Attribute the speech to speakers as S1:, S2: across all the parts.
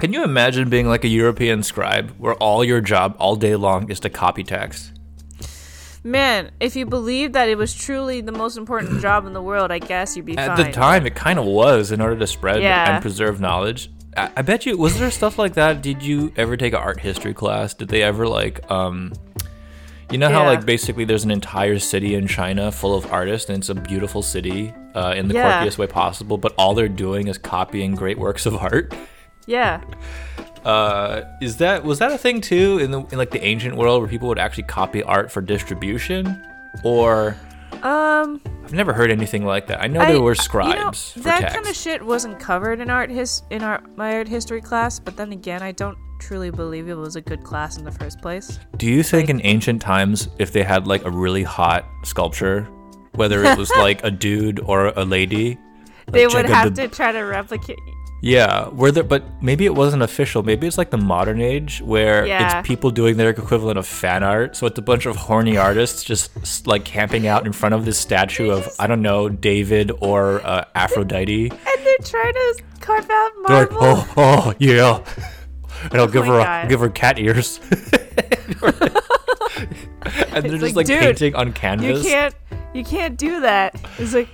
S1: Can you imagine being like a European scribe where all your job all day long is to copy text?
S2: Man, if you believe that it was truly the most important job in the world, I guess you'd be
S1: At
S2: fine.
S1: the time, it kind of was in order to spread
S2: Yeah.
S1: and preserve knowledge. I, I bet you was there stuff like that? Did you ever take an art history class? Did they ever like um you know how
S2: Yeah.
S1: like basically there's an entire city in China full of artists and it's a beautiful city uh, in the
S2: Yeah.
S1: quirkiest way possible, but all they're doing is copying great works of art.
S2: Yeah.
S1: Uh, is that was that a thing too in the in like the ancient world where people would actually copy art for distribution, or
S2: Um,
S1: I've never heard anything like that. I know there
S2: I-
S1: were
S2: you know,
S1: scribes for
S2: that
S1: text.
S2: kind of shit wasn't covered in art his in our my art history class. But then again, I don't truly believe it was a good class in the first place.
S1: Do you think in ancient times, if they had like a really hot sculpture, whether it was like a dude or a lady,
S2: They
S1: check
S2: would
S1: out
S2: have
S1: the-
S2: to try to replicate.
S1: yeah, were there? But maybe it wasn't official. Maybe it's like the modern age where
S2: Yeah.
S1: it's people doing their equivalent of fan art. So it's a bunch of horny artists just s- like camping out in front of this statue of I don't know David or uh, Aphrodite.
S2: And they're trying to carve out
S1: They're like,
S2: marble.
S1: oh, oh, yeah. And I'll give
S2: Oh my
S1: her, a,
S2: God.
S1: give her cat ears. and they're just like,
S2: like, "Dude,
S1: painting on canvas.
S2: you can't, you can't do that. It's like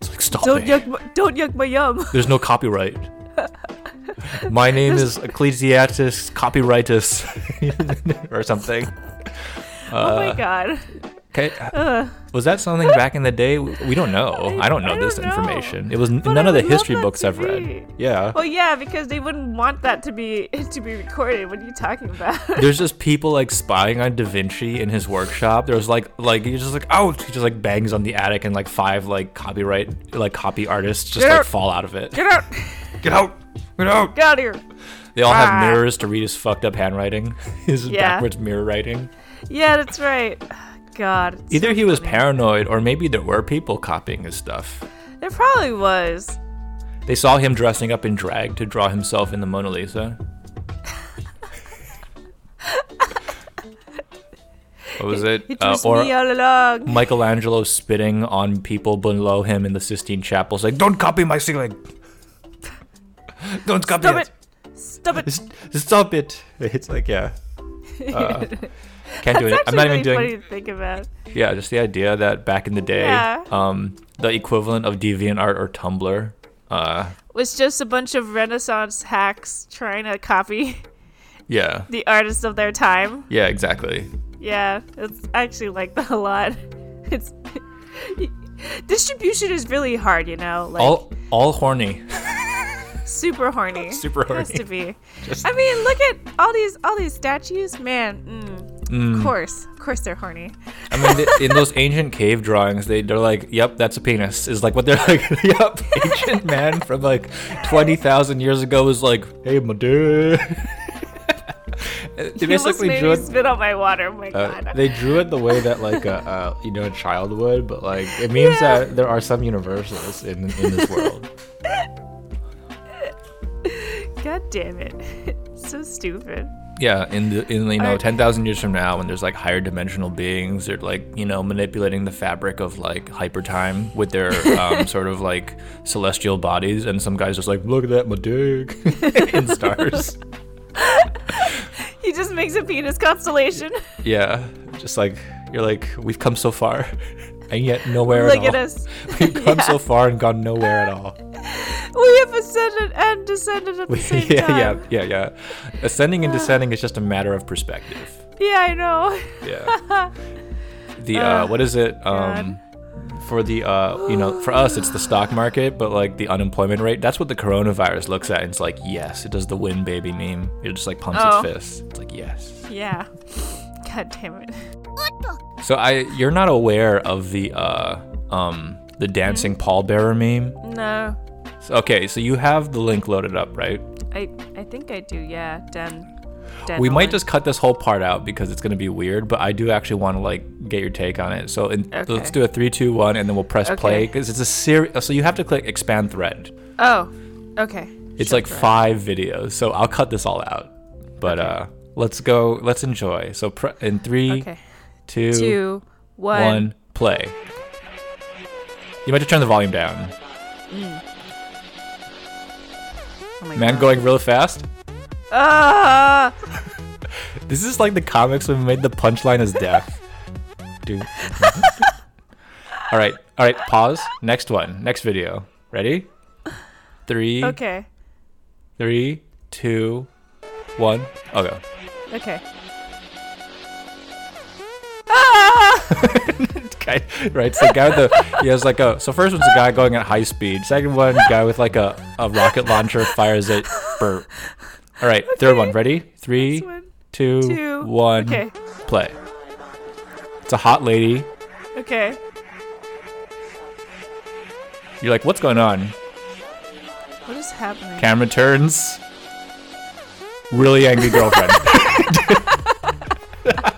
S1: It's like, stop
S2: don't
S1: it.
S2: yuck, my, don't yuck my yum.
S1: There's no copyright. My name is Ecclesiastes Copyrightus or something.
S2: oh
S1: Uh.
S2: my god.
S1: Okay. Uh. was that something back in the day? We don't know. I, don't know
S2: I
S1: this
S2: don't know.
S1: information. It was n-
S2: But
S1: none
S2: I
S1: of the
S2: would love
S1: history
S2: that
S1: books
S2: to
S1: I've
S2: be.
S1: read. Yeah.
S2: Well, yeah, because they wouldn't want that to be to be recorded. What are you talking about?
S1: There's just people like spying on Da Vinci in his workshop. There's like like he's just like ouch, he just like bangs on the attic and like five like copyright like copy artists just
S2: Get
S1: like
S2: out.
S1: fall out of it.
S2: Get out!
S1: Get out! Get out!
S2: Get out of here!
S1: They all have
S2: Ah.
S1: mirrors to read his fucked up handwriting. his
S2: Yeah.
S1: backwards mirror writing.
S2: Yeah, that's right. God, it's-
S1: Either he was paranoid or maybe there were people copying his stuff.
S2: there probably was.
S1: They saw him dressing up in drag to draw himself in the Mona Lisa. what was it?
S2: It
S1: Uh,
S2: was
S1: or
S2: me all along.
S1: Michelangelo spitting on people below him in the Sistine Chapel, saying, "Don't copy my ceiling. Don't copy
S2: Stop
S1: it.
S2: it! Stop it!
S1: S- Stop it." It's like, yeah. Uh, can't do
S2: It's
S1: it. I'm not
S2: actually really
S1: even doing.
S2: funny to think about.
S1: Yeah, just the idea that back in the day,
S2: Yeah.
S1: um, the equivalent of DeviantArt or Tumblr, uh,
S2: Was just a bunch of Renaissance hacks trying to copy
S1: yeah,
S2: the artists of their time.
S1: yeah, exactly.
S2: Yeah, it's I actually like that a lot. It's distribution is really hard, you know, like
S1: All, all horny.
S2: super horny.
S1: Super
S2: Has
S1: horny.
S2: to be. I mean, look at all these all these statues, man. Mm, Of course, of course, they're horny.
S1: I mean, th- in those ancient cave drawings, they they're like, "Yep, that's a penis." Is like what they're like. Yep, ancient man from like twenty thousand years ago was like, "Hey, my dude." they
S2: You almost
S1: basically
S2: made
S1: drew
S2: me
S1: it.
S2: spit out my water. Oh my
S1: Uh,
S2: god.
S1: they drew it the way that like a uh, you know a child would, but like it means
S2: Yeah.
S1: that there are some universals in in this world.
S2: god damn it. so stupid.
S1: Yeah, in the in you know
S2: Alright.
S1: ten thousand years from now, when there's like higher dimensional beings, they're like you know manipulating the fabric of like hypertime with their um, sort of like celestial bodies, and some guys just like look at that my dick in stars.
S2: He just makes a penis constellation.
S1: Yeah, just like you're like we've come so far, and yet nowhere
S2: Look
S1: at
S2: at
S1: all.
S2: us.
S1: We've come so far and gone nowhere at all.
S2: We have ascended and descended at the same
S1: yeah, yeah,
S2: time.
S1: yeah, yeah. Ascending and descending is just a matter of perspective.
S2: Yeah, I know.
S1: Yeah. The uh, what is it? Um, for the uh, you know, for us, it's the stock market, but like the unemployment rate. That's what the coronavirus looks at, and it's like, yes, it does the win, baby meme. It just like pumps
S2: Oh.
S1: its fists. It's like yes.
S2: Yeah. God damn it.
S1: So I, you're not aware of the uh, um, the dancing pallbearer meme.
S2: No.
S1: So- Okay, so you have the link loaded up, right?
S2: I I think I do, yeah. Den.
S1: We might
S2: Denolin.
S1: just cut this whole part out because it's gonna be weird, but I do actually want to like get your take on it. So in,
S2: Okay.
S1: let's do a three, two, one, and then we'll press
S2: Okay.
S1: play because it's a series. So you have to click expand thread.
S2: Oh. Okay.
S1: It's like five videos, so I'll cut this all out. But uh, let's go. Let's enjoy. So pre- in three,
S2: Okay.
S1: two,
S2: Two, one.
S1: one, play. You might have to turn the volume down.
S2: Oh my
S1: Man
S2: God.
S1: going real fast.
S2: Ah!
S1: This is like the comics when we made the punchline is death. Dude. all right, all right. Pause. Next one. Next video. Ready? Three, three, two, one.
S2: Okay.
S1: Okay.
S2: Okay.
S1: guy,
S2: Ah!
S1: right? So the guy with the he has like a so first one's a guy going at high speed. Second one, guy with like a, a rocket launcher fires it. Burp. All right, third one. Ready? Three,
S2: This one.
S1: two, one,
S2: two, okay.
S1: play. It's a hot lady.
S2: Okay.
S1: You're like, what's going on?
S2: What is happening?
S1: Camera turns. Really angry girlfriend.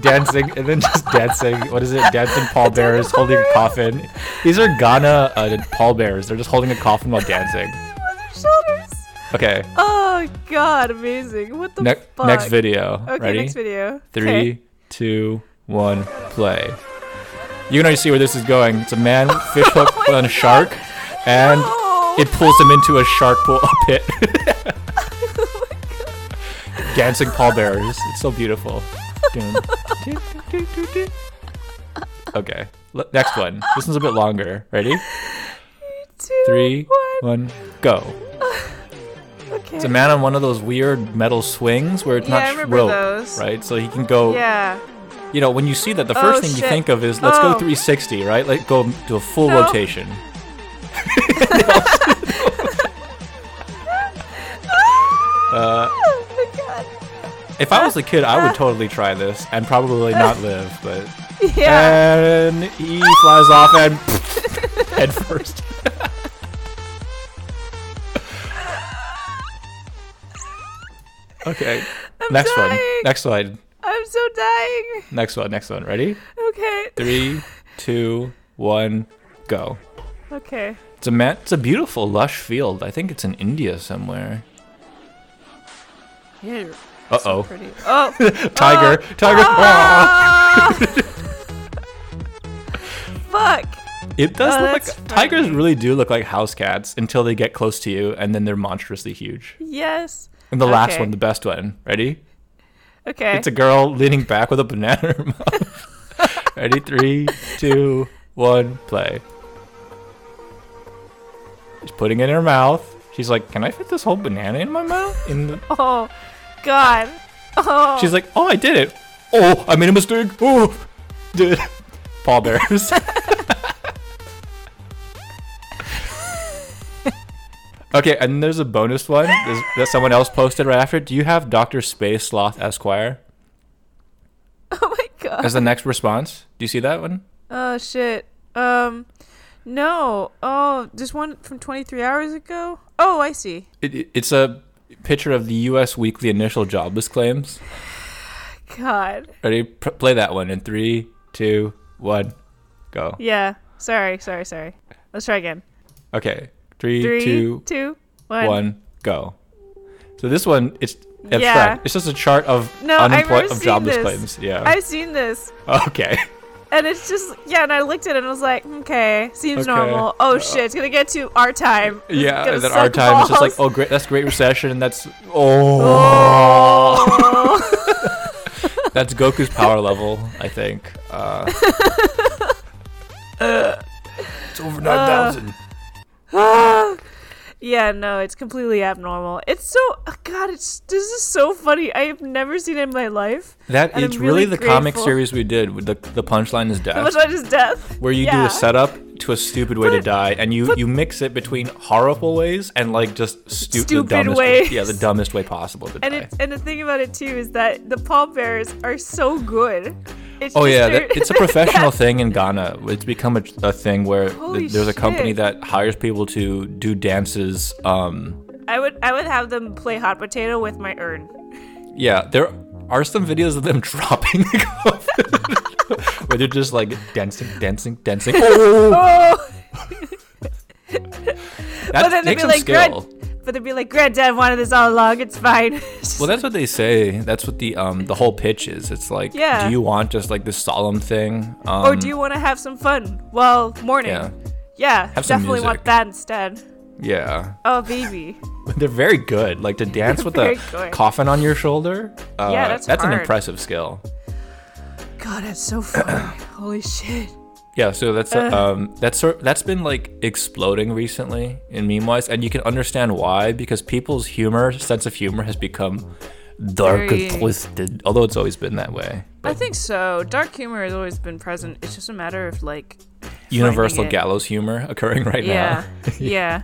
S1: dancing and then just dancing. What is it? Dancing pallbearers holding a coffin. These are Ghana uh, pallbearers. They're just holding a coffin while dancing.
S2: On their shoulders.
S1: Okay.
S2: Oh God! Amazing. What the
S1: Ne-
S2: fuck?
S1: next video.
S2: Okay.
S1: Ready?
S2: Next video. Okay.
S1: Three, two, one, play. You can already see where this is going. It's a man fish hook on a shark, and
S2: No.
S1: it pulls him into a shark pool pit.
S2: Oh
S1: Dancing pallbearers. It's so beautiful. Dun, dun, dun, dun, dun. Okay. l- Next one. This one's a bit longer. Ready?
S2: Two,
S1: Three,
S2: one.
S1: one, go.
S2: Okay.
S1: It's a man on one of those weird metal swings where it's
S2: Yeah, I
S1: not
S2: remember
S1: rope,
S2: those.
S1: right? So he can go.
S2: Yeah.
S1: You know, when you see that, the first
S2: Oh,
S1: thing you
S2: shit.
S1: think of is let's go
S2: Oh.
S1: 360, right? Like go do a full
S2: No.
S1: rotation. uh,
S2: Oh my God.
S1: if I was a kid, I would totally try this and probably not live. But Uh.
S2: Yeah.
S1: and he flies off and head first. okay, next one.
S2: dying.
S1: Next one.
S2: I'm so dying.
S1: Next one. Next one. Ready?
S2: Okay.
S1: Three, two, one, go.
S2: Okay.
S1: It's a man- it's a beautiful lush field. I think it's in India somewhere.
S2: Yeah. you're
S1: Uh oh,
S2: Pretty. Oh.
S1: tiger, tiger. Oh.
S2: Ah! Fuck.
S1: It does
S2: Oh,
S1: look like
S2: that's
S1: tigers
S2: funny.
S1: really do look like house cats until they get close to you, and then they're monstrously huge.
S2: Yes.
S1: And the last
S2: Okay.
S1: one, the best one. Ready?
S2: Okay.
S1: It's a girl leaning back with a banana in her mouth. Ready? Three, two, one, play. She's putting it in her mouth. She's like, "Can I fit this whole banana in my mouth?" In the-
S2: oh. God. Oh.
S1: she's like, "Oh, I did it. Oh, I made a mistake. Oh, dude, pallbearers." okay, and there's a bonus one there's- that someone else posted right after. Do you have Doctor Space Sloth Esquire
S2: oh my God.
S1: as the next response? Do you see that one?
S2: Oh shit. Um, no. Oh, there's one from 23 hours ago. Oh, I see.
S1: It, it- it's a picture of the U.S. weekly initial jobless claims.
S2: God.
S1: Ready? P- play that one in three, two, one, go.
S2: Yeah. Sorry. Sorry. Sorry. Let's try again.
S1: Okay, three, two, one,
S2: Three, two, one.
S1: go. So this one, it's abstract.
S2: Yeah.
S1: It's just a chart of
S2: No, I
S1: unemployed
S2: remember
S1: of
S2: seeing
S1: jobless
S2: this.
S1: claims. Yeah.
S2: I've seen this,
S1: okay.
S2: and it's just yeah. And I looked at it and was like, okay, seems
S1: Okay. Uh,
S2: normal. Oh shit, it's gonna get to our time. It's
S1: Yeah.
S2: gonna
S1: And then
S2: suck
S1: our time is just like,
S2: balls.
S1: oh, great. That's Great Recession. That's oh.
S2: Oh.
S1: That's Goku's power level, I think. Uh, it's over 9,000.
S2: yeah, no, it's completely abnormal. It's so oh, God. It's this is so funny. I have never seen it in my life.
S1: that
S2: and
S1: it's
S2: I'm
S1: really,
S2: really
S1: the comic
S2: grateful.
S1: series we did with the, the punchline is
S2: How
S1: death,
S2: much is death?
S1: where you do
S2: Yeah.
S1: a setup to a stupid way to
S2: But-
S1: die, and you,
S2: but-
S1: you mix it between horrible ways and like just stu- the
S2: Stupid
S1: dumbest
S2: ways.
S1: yeah the dumbest way possible to
S2: And
S1: die.
S2: it, and the thing about it too is that the pallbearers are so good. It's
S1: Oh
S2: just
S1: yeah,
S2: their-
S1: that, it's a professional thing in Ghana. It's become a, a thing where th-
S2: Holy
S1: there's a company
S2: shit.
S1: that hires people to do dances. Um,
S2: I would I would have them play hot potato with my urn.
S1: yeah, there are some videos of them dropping the coffin, where they're just like dancing, dancing, dancing. Oh,
S2: Oh,
S1: that
S2: but then they'd
S1: takes
S2: be
S1: some
S2: like,
S1: skill.
S2: "Grand-" but they'd be like, "Granddad wanted this all along. It's fine." It's
S1: Well,
S2: just-
S1: that's what they say. That's what the um the whole pitch is. It's like,
S2: Yeah.
S1: do you want just like this solemn thing? Um,
S2: or "Oh, do you want to have some fun while mourning?
S1: Yeah.
S2: Yeah,
S1: some
S2: definitely
S1: music.
S2: want that instead.
S1: Yeah.
S2: Oh baby.
S1: But They're very good. Like to dance with
S2: Very
S1: a
S2: good.
S1: coffin on your shoulder. Uh,
S2: Yeah, that's
S1: an
S2: hard.
S1: impressive skill.
S2: God, that's so fun. Holy shit.
S1: Yeah, so that's uh, um that's sort that's been like exploding recently in meme wise, and you can understand why because people's humor sense of humor has become dark
S2: Very-
S1: and twisted. Although it's always been that way.
S2: I think so. Dark humor has always been present. It's just a matter of like
S1: Universal
S2: it.
S1: gallows humor occurring right
S2: Yeah.
S1: now.
S2: yeah.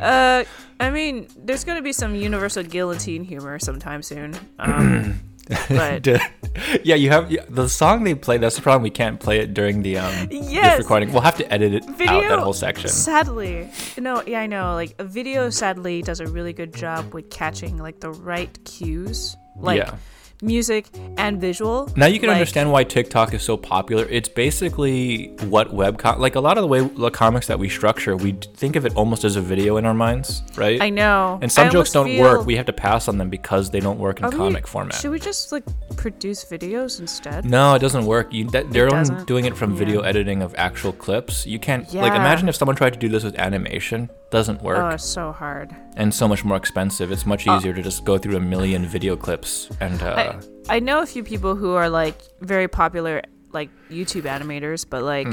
S2: Uh, I mean, there's gonna be some universal guillotine humor sometime soon. Um, but
S1: yeah, you have yeah, the song they play. That's the problem. We can't play it during the um
S2: Yes.
S1: this recording. We'll have to edit it out
S2: Video-
S1: that whole section.
S2: sadly, no, yeah, I know. Like a video, sadly, does a really good job with catching like the right cues, like
S1: Yeah.
S2: music and visual.
S1: Now you can
S2: Like,
S1: understand why TikTok is so popular. It's basically what web com- like a lot of the way the comics that we structure, we d- think of it almost as a video in our minds, right?
S2: I know.
S1: And some
S2: I
S1: jokes
S2: almost
S1: don't
S2: feel-
S1: work. We have to pass on them because they don't work in
S2: Are we-
S1: comic format.
S2: Should we just like produce videos instead?
S1: no, it doesn't work. You, that, they're only
S2: doesn't.
S1: doing it from
S2: Yeah.
S1: video editing of actual clips. You can't like
S2: Yeah.
S1: imagine if someone tried to do this with animation. Doesn't work
S2: Oh, it's so hard.
S1: and so much more expensive. It's much easier to just go through a million video clips and uh,
S2: Uh, I, I know a few people who are like very popular like YouTube animators, but like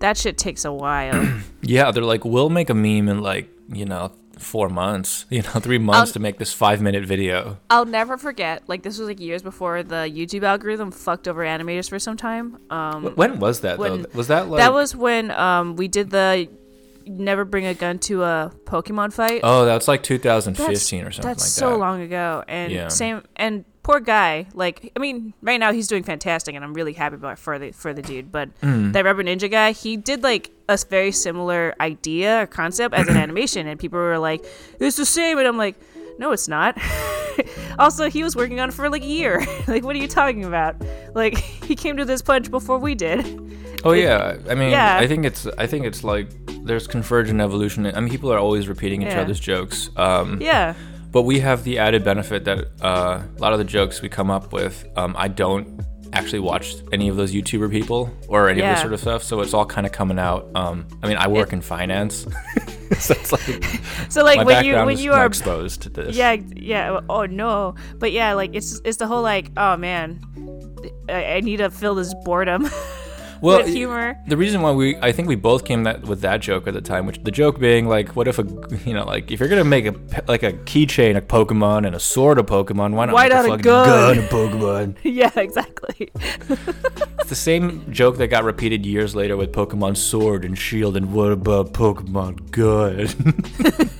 S2: that shit takes a while.
S1: Yeah, they're like, we'll make a meme in like, you know, four months, you know, three months
S2: Um,
S1: to make this five minute video.
S2: I'll never forget. Like this was like years before the YouTube algorithm fucked over animators for some time. Um,
S1: When was that
S2: when-
S1: though? Was that like
S2: that was when um we did the never bring a gun to a Pokemon fight.
S1: Oh, that's like 2015 or something
S2: That's
S1: like
S2: so
S1: that.
S2: long ago. And
S1: Yeah.
S2: same and poor guy. Like I mean, right now he's doing fantastic, and I'm really happy about for the for the dude. But
S1: Mm.
S2: that Rubber Ninja guy, he did like a s- very similar idea or concept as an animation, and people were like, "It's the same," and I'm like, "No, it's not." also, he was working on it for like a year. like, what are you talking about? Like, he came to this punch before we did.
S1: Oh yeah. I mean,
S2: Yeah.
S1: I think it's I think it's like there's convergent evolution. I mean, people are always repeating each
S2: Yeah.
S1: other's jokes. Um
S2: Yeah.
S1: but we have the added benefit that uh, a lot of the jokes we come up with, um, I don't actually watch any of those YouTuber people or any of this
S2: Yeah.
S1: sort of stuff. So it's all kind of coming out. Um, I mean, I work in finance, so it's like
S2: So like
S1: my
S2: when you
S1: background
S2: when
S1: is
S2: you
S1: not
S2: are
S1: exposed to this.
S2: Yeah, ex- yeah. Oh no, but yeah, like it's it's the whole like, oh man, I, I need to fill this boredom
S1: well,
S2: with humor.
S1: The reason why we, I think we both came that with that joke at the time, which the joke being like, what if a, you know, like if you're gonna make a pe- like a keychain a Pokemon and a sword a Pokemon, why not,
S2: Why
S1: make
S2: not a
S1: fucking
S2: gun?
S1: gun a Pokemon?
S2: yeah, exactly.
S1: It's the same joke that got repeated years later with Pokemon Sword and Shield, and what about Pokemon Good?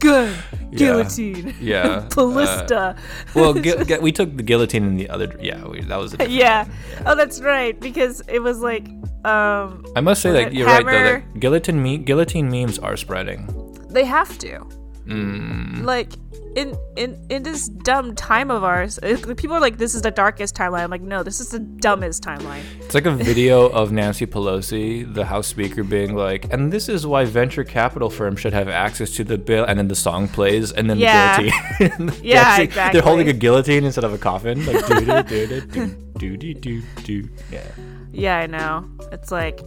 S2: Good guillotine.
S1: yeah. uh,
S2: Ballista.
S1: well, gu- gu- we took the guillotine and the other. Yeah, we, that was. A different-
S2: yeah. Oh, that's right. Because it was like, um,
S1: I must say
S2: Was
S1: that
S2: it
S1: you're right though.
S2: hammer?
S1: That guillotine me- guillotine memes are spreading.
S2: they have to.
S1: Mm.
S2: Like in in in this dumb time of ours, it, people are like, this is the darkest timeline. I'm like, no, this is the dumbest timeline.
S1: It's like a video of Nancy Pelosi, the House Speaker, being like, "And this is why venture capital firms should have access to the bill." And then the song plays, and then
S2: Yeah.
S1: the guillotine.
S2: Yeah,
S1: Nancy-
S2: exactly.
S1: They're holding a guillotine instead of a coffin. Like do do do do do do do. Yeah.
S2: Yeah, I know. It's like,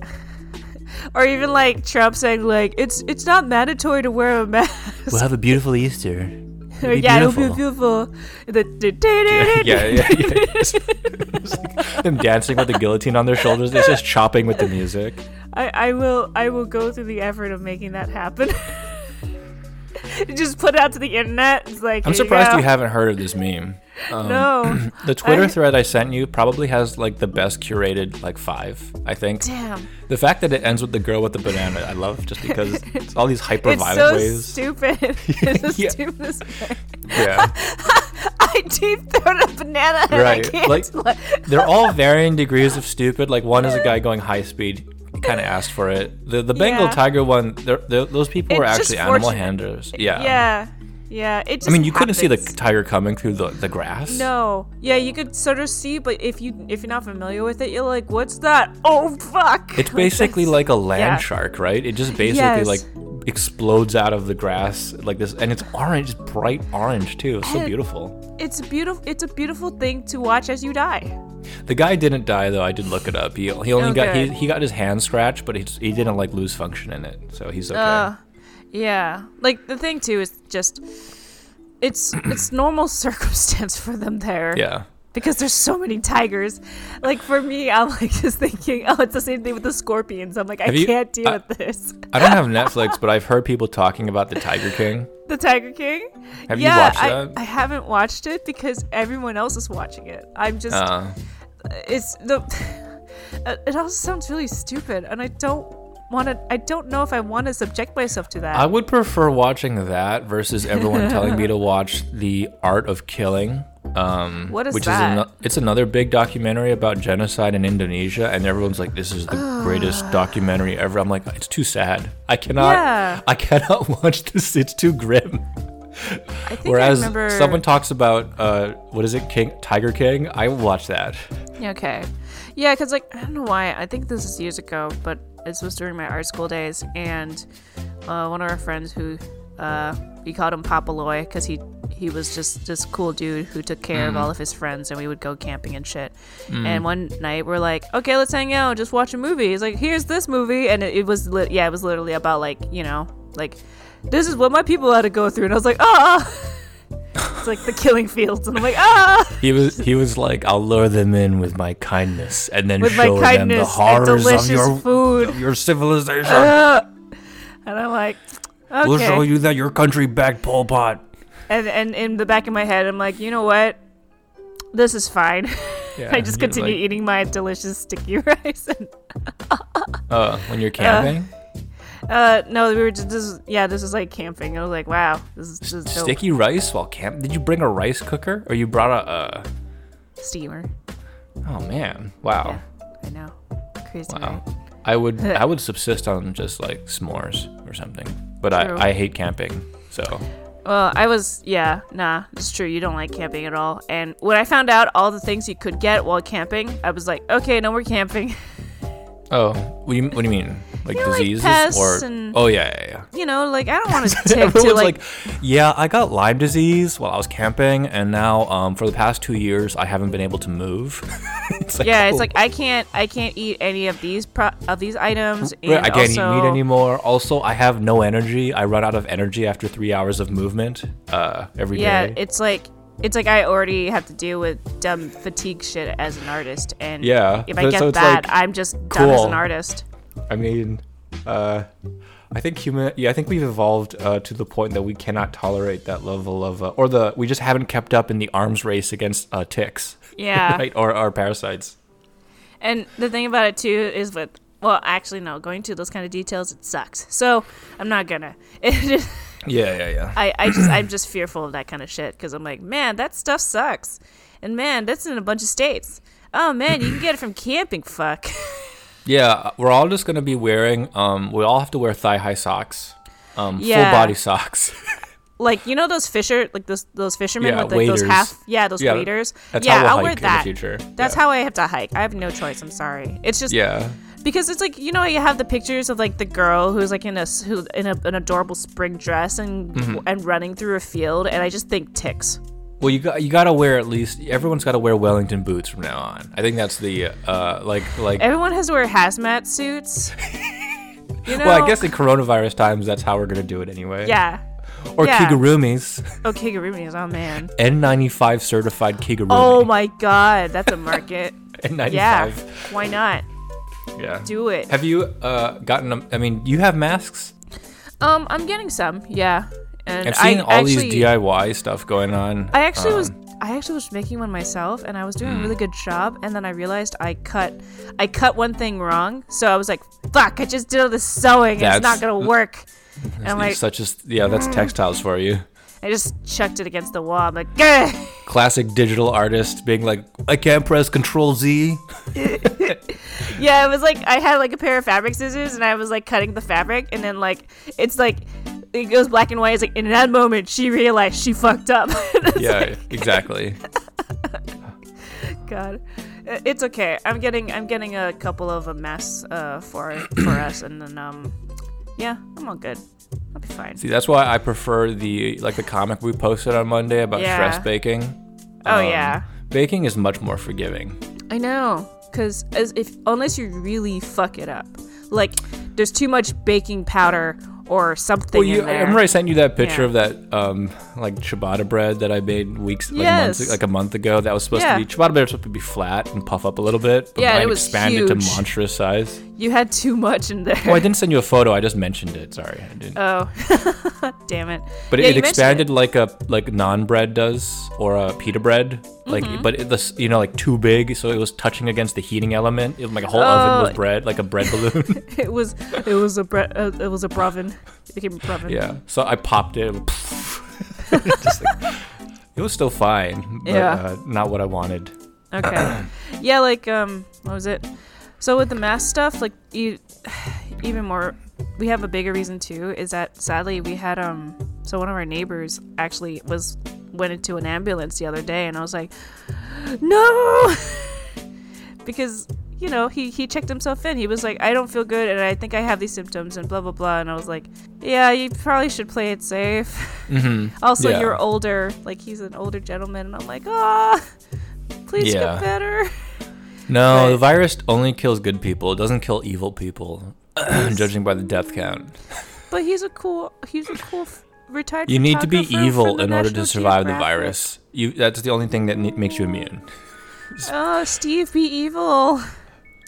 S2: or even like Trump saying like it's it's not mandatory to wear a mask.
S1: We'll have a beautiful Easter.
S2: Or, yeah, it'll be beautiful. The- the-
S1: yeah, yeah, yeah. It's like them dancing with the guillotine on their shoulders. They're just chopping with the music.
S2: I, I will I will go through the effort of making that happen. Just put it out to the internet. It's like
S1: I'm
S2: here
S1: surprised
S2: go.
S1: you um, haven't heard of this meme.
S2: no.
S1: The Twitter
S2: I-
S1: thread I sent you probably has like the best curated like five, I think.
S2: Damn,
S1: The fact that it ends with the girl with the banana, I love just because it's all these hyper
S2: it's
S1: violent
S2: so
S1: ways.
S2: stupid. it's the
S1: Yeah.
S2: stupidest thing.
S1: yeah.
S2: I deep throat a banana and
S1: Right,
S2: I can't.
S1: like- They're all varying degrees of stupid. Like one is a guy going high speed. He kind of asked for it. The the Bengal
S2: Yeah.
S1: tiger one. They're, they're, those people were
S2: It's just
S1: actually animal
S2: fortunate.
S1: handlers.
S2: yeah, yeah. It just
S1: I mean, you couldn't see the
S2: happens.
S1: tiger coming through the, the grass.
S2: No. Yeah, you could sort of see, but if you if you're not familiar with it, you're like, what's that? Oh fuck.
S1: It's basically
S2: that's-
S1: like a land
S2: yeah.
S1: shark, right? It just basically
S2: Yes.
S1: like explodes out of the grass like this, and it's orange, it's bright orange too. It's so
S2: And-
S1: beautiful.
S2: it's beautiful it's a beautiful thing to watch as you die.
S1: The guy didn't die though. I did look it up. He, he only
S2: Oh,
S1: got he,
S2: good.
S1: he got his hand scratched, but he, he didn't like lose function in it, so he's okay.
S2: Uh Yeah. Like the thing too is just it's it's normal circumstance for them there.
S1: Yeah.
S2: Because there's so many tigers. Like for me, I'm like just thinking, oh, it's the same thing with the scorpions. I'm like, I
S1: Have you-
S2: can't deal
S1: I-
S2: with this.
S1: I don't have Netflix, but I've heard people talking about the Tiger King.
S2: The Tiger King.
S1: Have you
S2: yeah,
S1: watched
S2: I,
S1: that?
S2: I haven't watched it because everyone else is watching it. I'm just
S1: Uh,
S2: it's the it also sounds really stupid and i don't want to i don't know if i want to subject myself to that
S1: I would prefer watching that versus everyone telling me to watch The Art of Killing. Um,
S2: What is
S1: which Is
S2: that?
S1: ano- it's another big documentary about genocide in Indonesia, and everyone's like, "This is the greatest documentary ever." I'm like, "It's too sad. I cannot.
S2: Yeah.
S1: I cannot watch this. It's too grim."
S2: I think
S1: Whereas
S2: I remember,
S1: someone talks about uh, what is it, King Tiger King? I will watch that.
S2: Yeah, okay yeah because like i don't know why i think this is years ago but this was during my art school days and uh, one of our friends who uh, we called him papa loy because he he was just this cool dude who took care of all of his friends and we would go camping and shit and one night we're like okay let's hang out just watch a movie he's like here's this movie and it, it was li- yeah it was literally about like you know like this is what my people had to go through and i was like ah it's like the killing fields and i'm like ah
S1: He was he was like, "I'll lure them in with my kindness, and then
S2: with my
S1: show them the
S2: kindness and
S1: horrors of
S2: delicious
S1: your
S2: food.
S1: of your civilization."
S2: And I'm like, okay.
S1: you that your country backed Pol Pot.
S2: and, and in the back of my head, I'm like, you know what? This is fine. I just continue eating my delicious sticky rice. And,
S1: Uh, when you're camping,
S2: uh, no, we were just, this is, yeah, this is like camping. I was like, wow, this is, this is dope.
S1: sticky rice while camp. Did you bring a rice cooker, or you brought a? Uh,
S2: steamer.
S1: oh man, wow,
S2: I know. Crazy.
S1: wow.
S2: right?
S1: I would I would subsist on just like s'mores or something, but
S2: True.
S1: I, I hate camping, so
S2: Well, I was, yeah, nah, it's true. You don't like camping at all. And when I found out all the things you could get while camping, I was like, okay, no more camping.
S1: oh, what do you, what do you mean, like
S2: know, like
S1: diseases
S2: pests
S1: or?
S2: and-
S1: oh yeah, yeah, yeah.
S2: you know, like, I don't want to take
S1: Everyone's
S2: to
S1: like, yeah, I got Lyme disease while I was camping, and now um, for the past two years, I haven't been able to move. it's like,
S2: Yeah,
S1: oh.
S2: it's like I can't I can't eat any of these pro- of these items. And
S1: Right, I can't
S2: also,
S1: eat meat anymore. Also, I have no energy. I run out of energy after three hours of movement uh, every day.
S2: Yeah, it's like it's like I already have to deal with dumb fatigue shit as an artist, and
S1: Yeah,
S2: if I
S1: but-
S2: get
S1: so it's
S2: that,
S1: like,
S2: I'm just done as
S1: cool.
S2: an artist.
S1: I mean, uh, I think human. Yeah, I think we've evolved uh, to the point that we cannot tolerate that level of, uh, or the we just haven't kept up in the arms race against uh, ticks.
S2: Yeah.
S1: right, or or parasites.
S2: And the thing about it too is with well, actually no, going to those kind of details it sucks. So I'm not gonna. It just,
S1: Yeah, yeah, yeah.
S2: I I just I'm just fearful of that kind of shit because I'm like, man, that stuff sucks, and man, that's in a bunch of states. Oh man, you can get it from camping. Fuck.
S1: Yeah, we're all just gonna be wearing. Um, we all have to wear thigh high socks. Um,
S2: Yeah.
S1: full body socks.
S2: like you know those fisher like those those fishermen
S1: Yeah,
S2: with like those
S1: waders.
S2: half yeah those
S1: Yeah,
S2: waders
S1: that's how
S2: yeah
S1: we'll
S2: I'll
S1: hike
S2: wear
S1: in the
S2: that
S1: future.
S2: that's
S1: Yeah.
S2: how I have to hike I have no choice I'm sorry it's just
S1: yeah.
S2: because it's like you know you have the pictures of like the girl who's like in a s- who in a, an adorable spring dress and
S1: Mm-hmm.
S2: and running through a field and I just think ticks
S1: Well, you got you got to wear at least everyone's got to wear Wellington boots from now on. I think that's the uh like like
S2: everyone has to wear hazmat suits you know
S1: well, I guess in coronavirus times that's how we're going to do it anyway.
S2: yeah
S1: Or
S2: yeah.
S1: kigurumis,
S2: oh kigurumis oh man
S1: N95 certified kigurumi.
S2: oh my god that's a market
S1: N95.
S2: yeah why not
S1: Yeah.
S2: do it
S1: Have you uh gotten a, I mean, you have masks?
S2: Um, I'm getting some, yeah. And
S1: I've seen
S2: I
S1: all
S2: actually,
S1: these DIY stuff going on.
S2: I actually was
S1: um, mm.
S2: I actually was making one myself, and I was doing a really good job. And then I realized I cut I cut one thing wrong, so I was like, "Fuck! I just did all this sewing, and it's not
S1: That's-
S2: gonna work." And I'm like,
S1: such as yeah, that's textiles for you.
S2: I just chucked it against the wall. I'm like, "Gah!"
S1: Classic digital artist being like, I can't press control Z.
S2: yeah, it was like I had like a pair of fabric scissors, and I was like cutting the fabric, and then like it's like it goes black and white. It's like in that moment she realized she fucked up. It's
S1: Yeah,
S2: like-
S1: exactly.
S2: God, I- it's okay. I'm getting I'm getting a couple of a mess uh, for for us, and then um, yeah, I'm all good. I'll be fine.
S1: See, that's why I prefer the like the comic we posted on Monday about
S2: Yeah.
S1: stress baking.
S2: oh
S1: Um,
S2: yeah,
S1: Baking is much more forgiving.
S2: I know. Cause as if unless you really fuck it up, like there's too much baking powder or something
S1: Well, you,
S2: in
S1: I
S2: there.
S1: remember I sent you that picture
S2: Yeah.
S1: of that um, like ciabatta bread that I made weeks, like,
S2: Yes.
S1: months, like a month ago. That was supposed
S2: Yeah.
S1: to be ciabatta bread was supposed to be flat and puff up a little bit, but
S2: Yeah, and
S1: mine
S2: it was
S1: expanded to
S2: huge.
S1: monstrous size.
S2: you had too much in there.
S1: Oh, I didn't send you a photo. I just mentioned it. Sorry, I didn't.
S2: Oh, damn it!
S1: but
S2: Yeah,
S1: it,
S2: you mentioned
S1: expanded like a like non bread does or a pita bread. Like,
S2: Mm-hmm.
S1: but it, the s- you know like too big, so it was touching against the heating element. It was like a whole
S2: Oh.
S1: oven was bread, like a bread balloon.
S2: It, It was it was a bre- uh, it was a brovin. It became a brovin.
S1: yeah. So I popped it. Just like- it was still fine, but
S2: Yeah.
S1: uh, not what I wanted.
S2: Okay. yeah, like um, what was it? So with the mask stuff, like you, even more, we have a bigger reason too. Is that sadly we had um, so one of our neighbors actually was went into an ambulance the other day, and I was like, no, because you know he he checked himself in. He was like, I don't feel good, and I think I have these symptoms, and blah blah blah. And I was like, yeah, you probably should play it safe. Also,
S1: Yeah.
S2: you're older. Like he's an older gentleman, and I'm like, ah, please
S1: Yeah.
S2: get better.
S1: No,
S2: Right.
S1: the virus only kills good people. It doesn't kill evil people, judging by the death count.
S2: But he's a cool. He's a cool f- retired.
S1: You need to be
S2: photographer from
S1: evil
S2: the
S1: in order
S2: National
S1: to survive the
S2: Geographic.
S1: virus. You that's the only thing that ne- makes you immune.
S2: Oh, Steve, be evil.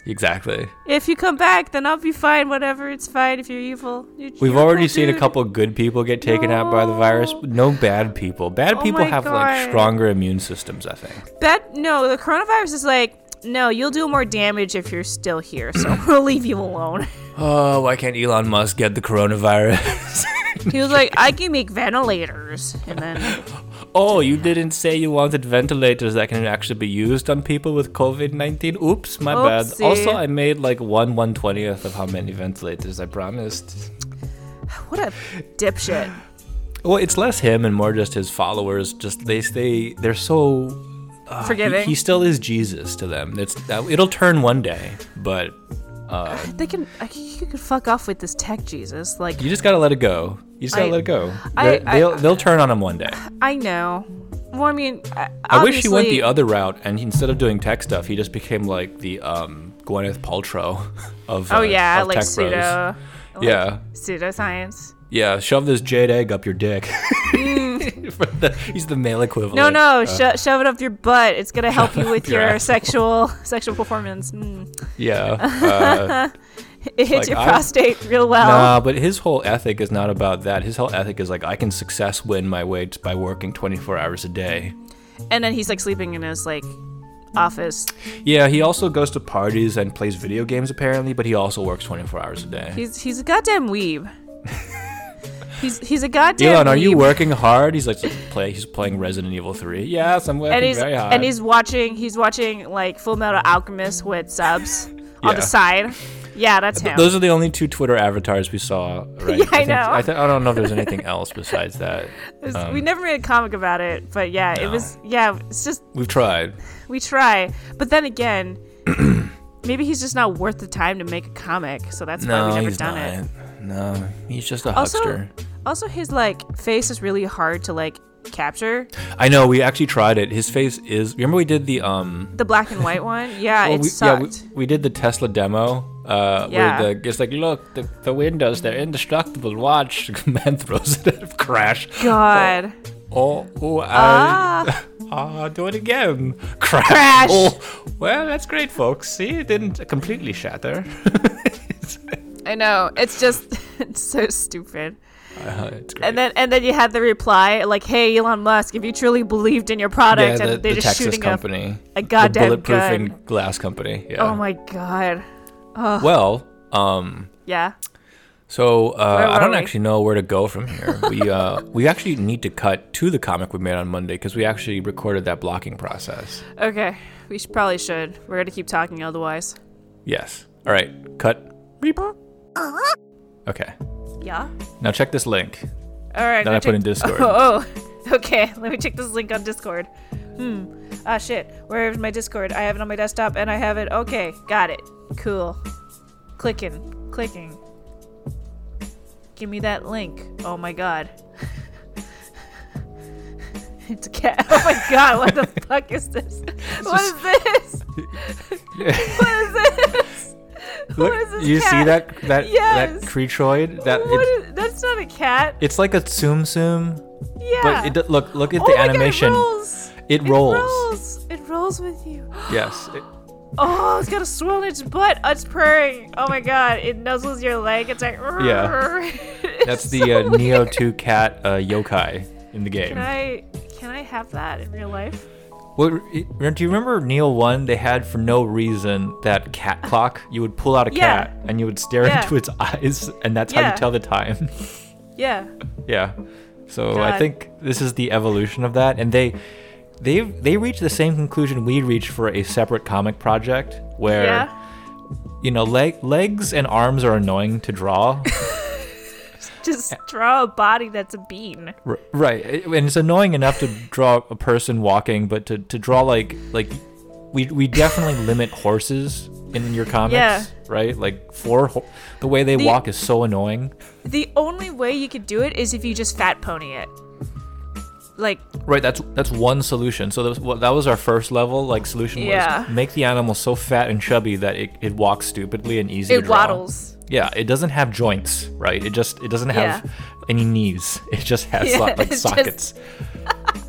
S1: Exactly.
S2: If you come back, then I'll be fine. Whatever, it's fine. If you're evil, you're,
S1: We've
S2: you're
S1: already
S2: cool
S1: seen a
S2: dude.
S1: couple good people get taken out by the virus.
S2: No.
S1: but No bad people. Bad
S2: Oh
S1: people
S2: my
S1: have like
S2: God.
S1: stronger immune systems, I think.
S2: That no, the coronavirus is like no. You'll do more damage if you're still here, so we'll leave you alone.
S1: Oh, why can't Elon Musk get the coronavirus?
S2: He was like, I can make ventilators, and then
S1: oh, you didn't say you wanted ventilators that can actually be used on people with COVID 19. Oops, my bad.
S2: Oopsie.
S1: Also, I made like one 120th of how many ventilators I promised.
S2: what a dipshit.
S1: Well, it's less him and more just his followers. Just they they they're so uh,
S2: Forgiving.
S1: He, he still is Jesus to them. It's uh, it'll turn one day, but
S2: They can I, you can fuck off with this tech Jesus. Like
S1: you just gotta let it go. You just gotta
S2: I-
S1: let it go.
S2: I-
S1: They- they'll
S2: I-
S1: they'll turn on him one day.
S2: I know. Well, I mean, I,
S1: I wish he went
S2: obviously-
S1: the other route and he- instead of doing tech stuff, he just became like the um Gwyneth Paltrow of
S2: Oh
S1: uh,
S2: yeah,
S1: of
S2: like
S1: tech bros. Oh,
S2: pseudo. like
S1: Yeah,
S2: Pseudoscience.
S1: yeah. Shove this jade egg up your dick. For the- he's the male equivalent.
S2: Mm.
S1: Uh,
S2: No, no, sho- shove it up your butt. It's gonna help you with
S1: your
S2: your,
S1: asshole.
S2: sexual sexual performance. Mm.
S1: Yeah. Uh,
S2: It hits
S1: Like,
S2: your
S1: I-
S2: prostate real well.
S1: Nah, but his whole ethic is not about that. His whole ethic is like, I can success win my way t- by working 24 hours a day.
S2: And then he's like sleeping in his like office.
S1: Yeah, he also goes to parties and plays video games apparently, but he also works 24 hours a day.
S2: He's he's a goddamn weeb. he's he's a goddamn.
S1: Elon, are you
S2: weeb.
S1: working hard? He's like play. He's playing Resident Evil 3. Yes, I'm working
S2: and he's
S1: very hard.
S2: and he's watching he's watching like Full Metal Alchemist with subs on
S1: Yeah.
S2: the side. Yeah, that's him.
S1: Those are the only two Twitter avatars we saw. Right?
S2: Yeah, I
S1: think-
S2: know.
S1: I, th- I don't know if there's anything else besides that.
S2: It was-
S1: Um,
S2: we never made a comic about it, but yeah, it was yeah, it's just
S1: We've tried.
S2: we try. But then again, maybe he's just not worth the time to make a comic, so that's why we
S1: No,
S2: never
S1: he's
S2: done
S1: not.
S2: it.
S1: No, he's just a
S2: Also,
S1: huckster.
S2: also his like face is really hard to like capture.
S1: I know. We actually tried it. His face is. Remember we did the um.
S2: The black and white one, yeah,
S1: Well,
S2: it
S1: we, yeah, we,
S2: sucked.
S1: we did the Tesla demo. Uh,
S2: Yeah.
S1: Where the, it's like, look, the, the windows, they're indestructible. Watch. Man throws it, crash.
S2: God,
S1: Oh, oh, I,
S2: ah,
S1: ah, do it again. Crash.
S2: Crash.
S1: Oh, well, that's great, folks. See, it didn't completely shatter. Uh,
S2: I know. It's just it's so stupid.
S1: Uh, it's great.
S2: And then and then you had the reply like, "Hey Elon Musk, if you truly believed in your product,
S1: yeah, the,
S2: and they're
S1: the
S2: just
S1: Texas
S2: shooting up."
S1: company.
S2: a goddamn
S1: the bulletproofing
S2: gun.
S1: glass company. Yeah.
S2: Oh my god.
S1: Well, um,
S2: Yeah.
S1: So uh, I
S2: were
S1: don't
S2: we?
S1: actually know where to go from here. We uh, we actually need to cut to the comic we made on Monday because we actually recorded that blocking process.
S2: Okay, we should, probably should. We're gonna keep talking otherwise.
S1: Yes. All right. Cut. Beep.
S2: Uh-huh.
S1: Okay.
S2: Yeah.
S1: Now check this link.
S2: All right.
S1: That I
S2: now
S1: put in
S2: check-
S1: Discord.
S2: Oh, oh. okay. Let me check this link on Discord. Hmm. Ah, shit. Where's my Discord? I have it on my desktop, and I have it. Okay, got it. Cool. Clicking, clicking. Give me that link. Oh my god. it's a cat. Oh my god. What the fuck is this? What is this? what is this? What is this
S1: you see
S2: cat?
S1: that that
S2: Yes.
S1: that creatroid? That
S2: What
S1: it-
S2: is- that's It's not a cat.
S1: It's like a tsum tsum,
S2: Yeah.
S1: but it, do- look look at
S2: Oh
S1: the
S2: my God,
S1: animation.
S2: it rolls.
S1: It
S2: It
S1: rolls.
S2: rolls. It rolls with you.
S1: Yes. It-
S2: Oh, it's got a swirl in its butt. Oh, It's purring. Oh my god, it nuzzles your leg. It's like.
S1: Yeah.
S2: It's
S1: that's the
S2: so
S1: uh, Neo
S2: weird.
S1: 2 cat uh, yokai in the game.
S2: Can I can I have that in real life?
S1: What, do you remember Neo 1? They had for no reason that cat clock. You would pull out a
S2: Yeah.
S1: cat and you would stare
S2: Yeah.
S1: into its eyes, and that's how
S2: Yeah.
S1: you tell the time.
S2: Yeah.
S1: yeah. So I
S2: God.
S1: think this is the evolution of that, and they they they reached the same conclusion we reached for a separate comic project where
S2: Yeah.
S1: you know leg, legs and arms are annoying to draw,
S2: Just draw a body that's a bean.
S1: R- right? It- And it's annoying enough to draw a person walking, but to, to draw like like we we definitely limit horses in your comics,
S2: Yeah.
S1: right? Like four, ho- the way they
S2: The-
S1: walk is so annoying.
S2: The only way you could do it is if you just fat pony it. Like
S1: Right, that's that's one solution. So that was, well, that was our first level, like solution
S2: Yeah.
S1: was make the animal so fat and chubby that it, it walks stupidly and easy. to
S2: it
S1: draw.
S2: waddles.
S1: Yeah, it doesn't have joints, right? It just it doesn't have
S2: Yeah.
S1: any knees. It just has
S2: Yeah,
S1: lo- like
S2: it's just-
S1: sockets.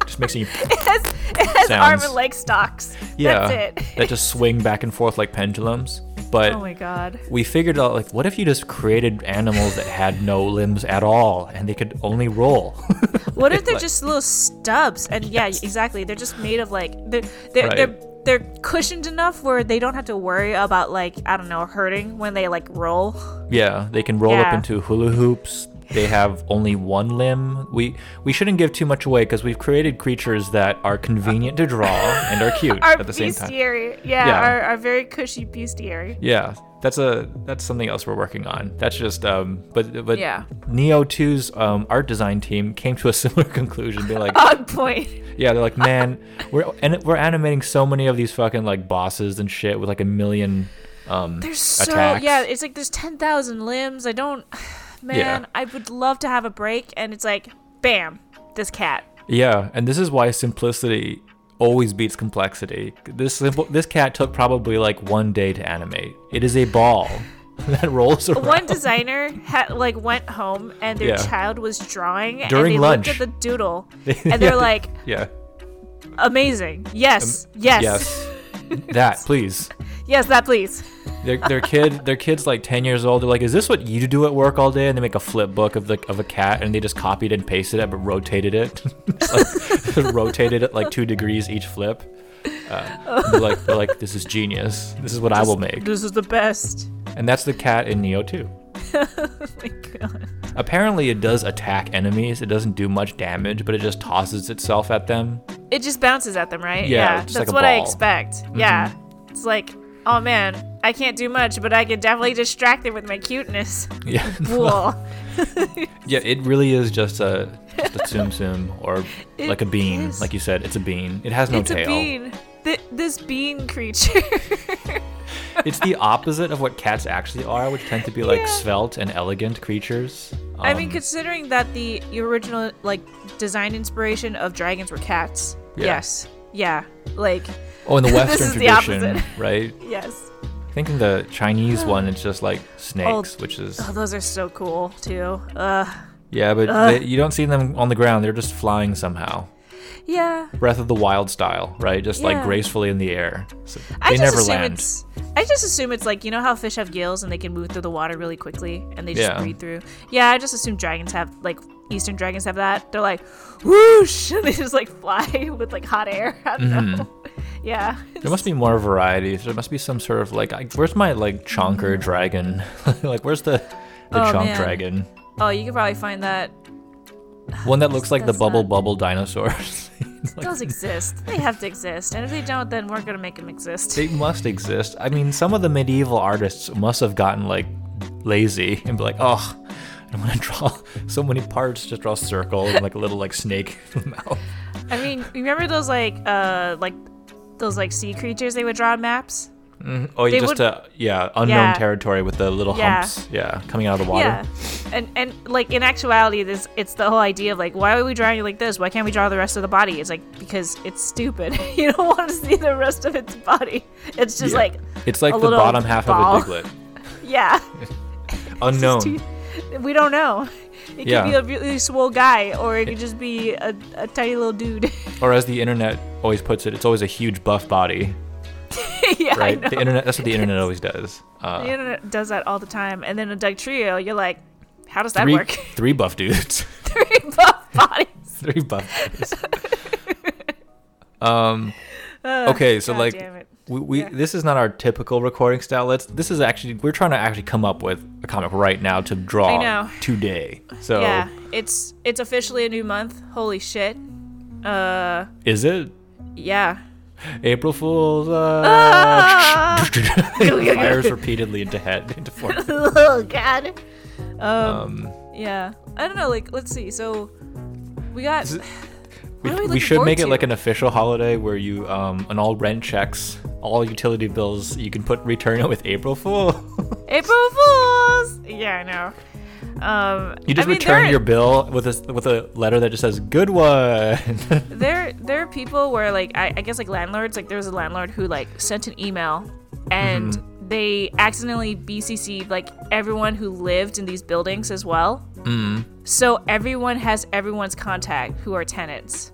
S1: just makes you
S2: It has, it has arm
S1: Sounds-
S2: and leg stocks.
S1: yeah
S2: That's it.
S1: that just swing back and forth like pendulums. But
S2: oh my god.
S1: we figured out like what if you just created animals that had no limbs at all and they could only roll?
S2: What if they're
S1: Like-
S2: just little stubs? And yeah, exactly. They're just made of like they're they're,
S1: Right.
S2: they're they're cushioned enough where they don't have to worry about like I don't know hurting when they like roll.
S1: Yeah, they can roll up
S2: Yeah.
S1: into hula hoops. They have only one limb. We we shouldn't give too much away because we've created creatures that are convenient to draw and are cute
S2: Our
S1: at the same time.
S2: bestiary, yeah,
S1: Yeah.
S2: Our, our very cushy bestiary.
S1: Yeah, that's a that's something else we're working on. That's just um, but but
S2: Yeah.
S1: Neo 2's um, art design team came to a similar conclusion. They're like,
S2: On point.
S1: yeah, they're like, man, we're and we're animating so many of these fucking like bosses and shit with like a million um
S2: There's so
S1: attacks.
S2: yeah, it's like there's ten thousand limbs. I don't, man. I would love to have a break, and it's like, bam, this cat.
S1: Yeah, and this is why simplicity always beats complexity. This simple, this cat took probably like one day to animate. It is a ball that rolls around.
S2: One designer had like went home and their
S1: Yeah.
S2: child was drawing and
S1: During
S2: they
S1: lunch.
S2: looked at the doodle and they're
S1: Yeah.
S2: like,
S1: yeah.
S2: amazing. Yes, yes, yes,
S1: Yes. that please.
S2: that please.
S1: Their, their kid their kid's like ten years old. They're like, is this what you do at work all day? And they make a flip book of the of a cat and they just copied and pasted it but rotated it, It's like- rotated it like two degrees each flip. Uh, they're like they're like this is genius. This is what I will make.
S2: This is the best.
S1: And that's the cat in Neo too.
S2: Oh my god.
S1: Apparently, it does attack enemies. It doesn't do much damage, but it just tosses itself at them.
S2: It just bounces at them, right?
S1: Yeah, just
S2: that's
S1: like a
S2: what I
S1: ball. Mm-hmm.
S2: expect. Yeah. It's like, oh man, I can't do much, but I can definitely distract them with my cuteness.
S1: Yeah,
S2: Cool.
S1: yeah. It really is just a just a tsum tsum or like a bean,
S2: is.
S1: like you said. It's a bean. It has no
S2: it's
S1: tail.
S2: a bean. Th- this bean creature.
S1: It's the opposite of what cats actually are, which tend to be like
S2: Yeah.
S1: svelte and elegant creatures.
S2: I mean,
S1: Um,
S2: considering that the original like design inspiration of dragons were cats.
S1: Yeah.
S2: Yes. Yeah. Like
S1: oh, in the
S2: this
S1: Western
S2: is the
S1: tradition,
S2: opposite.
S1: right?
S2: yes.
S1: I think in the Chinese one, it's just like snakes, which is
S2: Oh, those are so cool too. Uh,
S1: yeah, but they, you don't see them on the ground. They're just flying somehow.
S2: yeah.
S1: Breath of the Wild style, right? Just like
S2: Yeah.
S1: gracefully in the air. So they
S2: I just
S1: never
S2: assume
S1: land.
S2: it's. I just assume it's like you know how fish have gills and they can move through the water really quickly and they just
S1: Yeah.
S2: breathe through. Yeah, I just assume dragons have like eastern dragons have that. They're like whoosh and they just like fly with like hot air. I don't know. Yeah.
S1: There Mm-hmm. must be more variety. There must be some sort of like, I, where's my like chonker dragon? like, where's the the
S2: Mm. Oh,
S1: chonk
S2: man.
S1: dragon?
S2: Oh, you could probably find that
S1: One that looks like the
S2: That's
S1: bubble
S2: not-
S1: bubble dinosaurs.
S2: Those exist. They have to exist. And if they don't, then we're going to make them exist.
S1: they must exist. I mean, some of the medieval artists must have gotten like lazy and be like, oh, I want to draw so many parts. Just draw a circle and like a little like snake mouth.
S2: I mean, you remember those like uh like those like sea creatures they would draw on maps?
S1: Oh, you
S2: They
S1: just
S2: would-
S1: uh, yeah, unknown
S2: Yeah.
S1: territory with the little
S2: Yeah.
S1: humps. Yeah, coming out of the water.
S2: Yeah. And and like in actuality this it's the whole idea of like why are we drawing you like this? Why can't we draw the rest of the body? It's like because it's stupid. you don't want to see the rest of its body. It's just
S1: Yeah.
S2: like
S1: it's like
S2: a
S1: the
S2: little
S1: bottom half
S2: ball.
S1: of a diglet.
S2: yeah. it's
S1: Unknown.
S2: just too- we don't know. It
S1: Yeah.
S2: could be a really swole guy, or it could just be a, a tiny little dude.
S1: Or as the internet always puts it, it's always a huge buff body,
S2: yeah,
S1: right?
S2: I know.
S1: The internet. That's what the internet always does. Uh,
S2: The internet does that all the time. And then a Doug Trio, you're like, how does that
S1: three,
S2: work?
S1: three buff dudes.
S2: Three buff bodies.
S1: three buff dudes. um. Okay, so
S2: God
S1: like
S2: damn it.
S1: we, we
S2: Yeah.
S1: this is not our typical recording style. Let's this is actually we're trying to actually come up with a comic right now to draw
S2: I know.
S1: today. So
S2: Yeah, it's it's officially a new month. Holy shit. Uh,
S1: is it
S2: yeah.
S1: April Fool's? Uh,
S2: Ah!
S1: it fires repeatedly into head into forehead.
S2: oh God.
S1: Um,
S2: Yeah, I don't know. Like, let's see. So we got.
S1: Is it- we,
S2: What are
S1: we
S2: looking
S1: should
S2: forward
S1: make it
S2: to?
S1: like an official holiday where you um on all rent checks, all utility bills, you can put return it with April Fool.
S2: April Fools. Yeah, I know. Um,
S1: you just
S2: I mean,
S1: return
S2: there,
S1: your bill with a with a letter that just says good one.
S2: There, there are people where like I, I guess like landlords. Like there was a landlord who like sent an email, and
S1: Mm-hmm.
S2: they accidentally BCC'd like everyone who lived in these buildings as well. Mm.
S1: Mm-hmm.
S2: So everyone has everyone's contact who are tenants.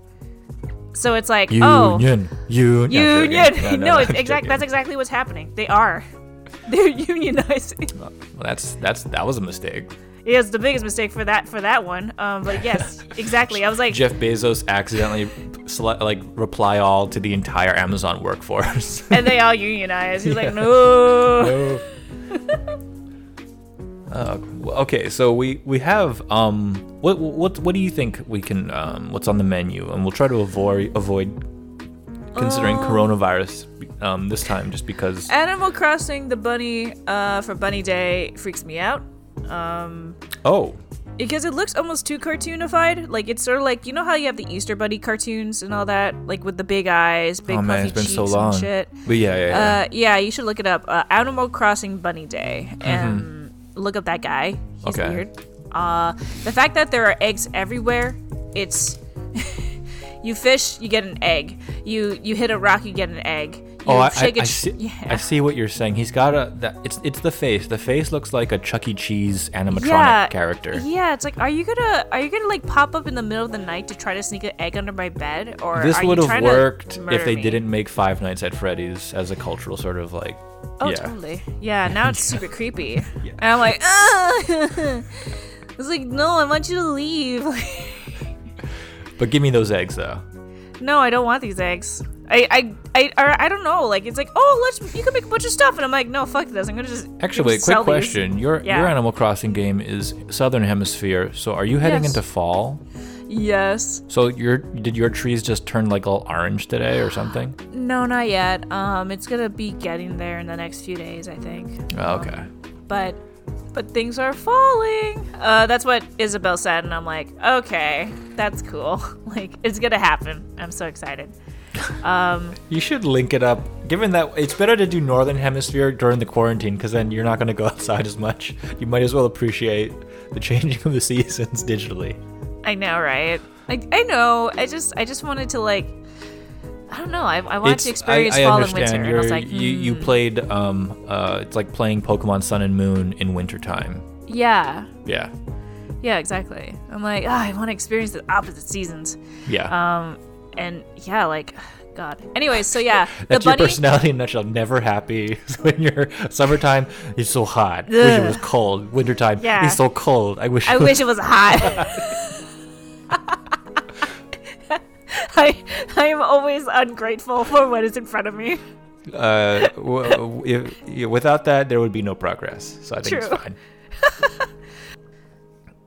S2: So it's like oh.
S1: Union. Union. No, I'm
S2: Union.
S1: joking.
S2: No, it's
S1: I'm
S2: exact.
S1: joking.
S2: That's exactly what's happening. They are. They're unionizing.
S1: Well, that's that's that was a mistake.
S2: Yeah, it's the biggest mistake for that for that one. Um, but yes, exactly. I was like,
S1: Jeff Bezos accidentally sele- like reply all to the entire Amazon workforce.
S2: and they all unionize. He's like, no.
S1: Uh, okay, so we we have um what what what do you think we can um what's on the menu and we'll try to avoid avoid considering
S2: Um,
S1: coronavirus um this time just because
S2: Animal Crossing the bunny uh, for Bunny Day freaks me out
S1: oh
S2: because it looks almost too cartoonified. Like it's sort of like you know how you have the Easter Bunny cartoons and all that, like with the big eyes, big
S1: oh
S2: puffy
S1: man it's been
S2: cheeks
S1: so long
S2: and shit.
S1: but yeah yeah, yeah.
S2: Uh, yeah, you should look it up. Uh, Animal Crossing Bunny Day. And look up that guy. He's
S1: Mm-hmm. Okay.
S2: weird. Uh, the fact that there are eggs everywhere, it's you fish, you get an egg. You you hit a rock, you get an egg. You
S1: Oh, I, I,
S2: shake
S1: I,
S2: it.
S1: see, I
S2: yeah.
S1: see what you're saying. He's got a that, it's it's the face. The face looks like a Chuck E. Cheese animatronic
S2: Yeah.
S1: character.
S2: Yeah, it's like, are you gonna are you gonna like pop up in the middle of the night to try to sneak an egg under my bed? Or
S1: This
S2: are you
S1: would have
S2: trying to
S1: worked if
S2: murder
S1: they
S2: me?
S1: didn't make Five Nights at Freddy's as a cultural sort of like.
S2: Oh,
S1: yeah.
S2: totally. Yeah, now it's super creepy. And I'm like, ah! it's like, no, I want you to leave.
S1: But give me those eggs though.
S2: no, I don't want these eggs. I, I, I, or I don't know. Like, it's like, oh, let's, you can make a bunch of stuff. And I'm like, no, fuck this. I'm going to just.
S1: Actually, wait,
S2: just
S1: quick
S2: sell these.
S1: question. Your
S2: Yeah.
S1: your Animal Crossing game is Southern Hemisphere, so are you heading
S2: Yes.
S1: into fall?
S2: Yes.
S1: So your did your trees just turn like all orange today or something?
S2: No, not yet. Um, it's going to be getting there in the next few days, I think.
S1: Oh, okay.
S2: But, but things are falling. Uh, that's what Isabel said. And I'm like, okay, that's cool. Like, it's going to happen. I'm so excited.
S1: You should link it up. Given that it's better to do Northern Hemisphere during the quarantine, because then you're not going to go outside as much. You might as well appreciate the changing of the seasons digitally.
S2: I know, right? I, I know. I just I just wanted to like I don't know. I, I wanted to experience fall and winter, and I was
S1: you're-
S2: like,
S1: you you
S2: hmm,
S1: played um uh it's like playing Pokemon Sun and Moon in wintertime.
S2: yeah,
S1: Yeah,
S2: yeah, exactly. I'm like, ah, I want to experience the opposite seasons,
S1: yeah.
S2: um, and yeah, like, God. Anyways, so yeah, the
S1: That's
S2: bunny.
S1: your personality in a nutshell. Never happy when you're summertime. It's so hot. Wish it was
S2: Ugh.
S1: cold. Wintertime.
S2: Yeah.
S1: It's so cold. I wish.
S2: I
S1: it was-
S2: wish it was hot. I I am always ungrateful for what is in front of me.
S1: uh, w- w- if, yeah, without that, there would be no progress. So I think it's
S2: True.
S1: fine.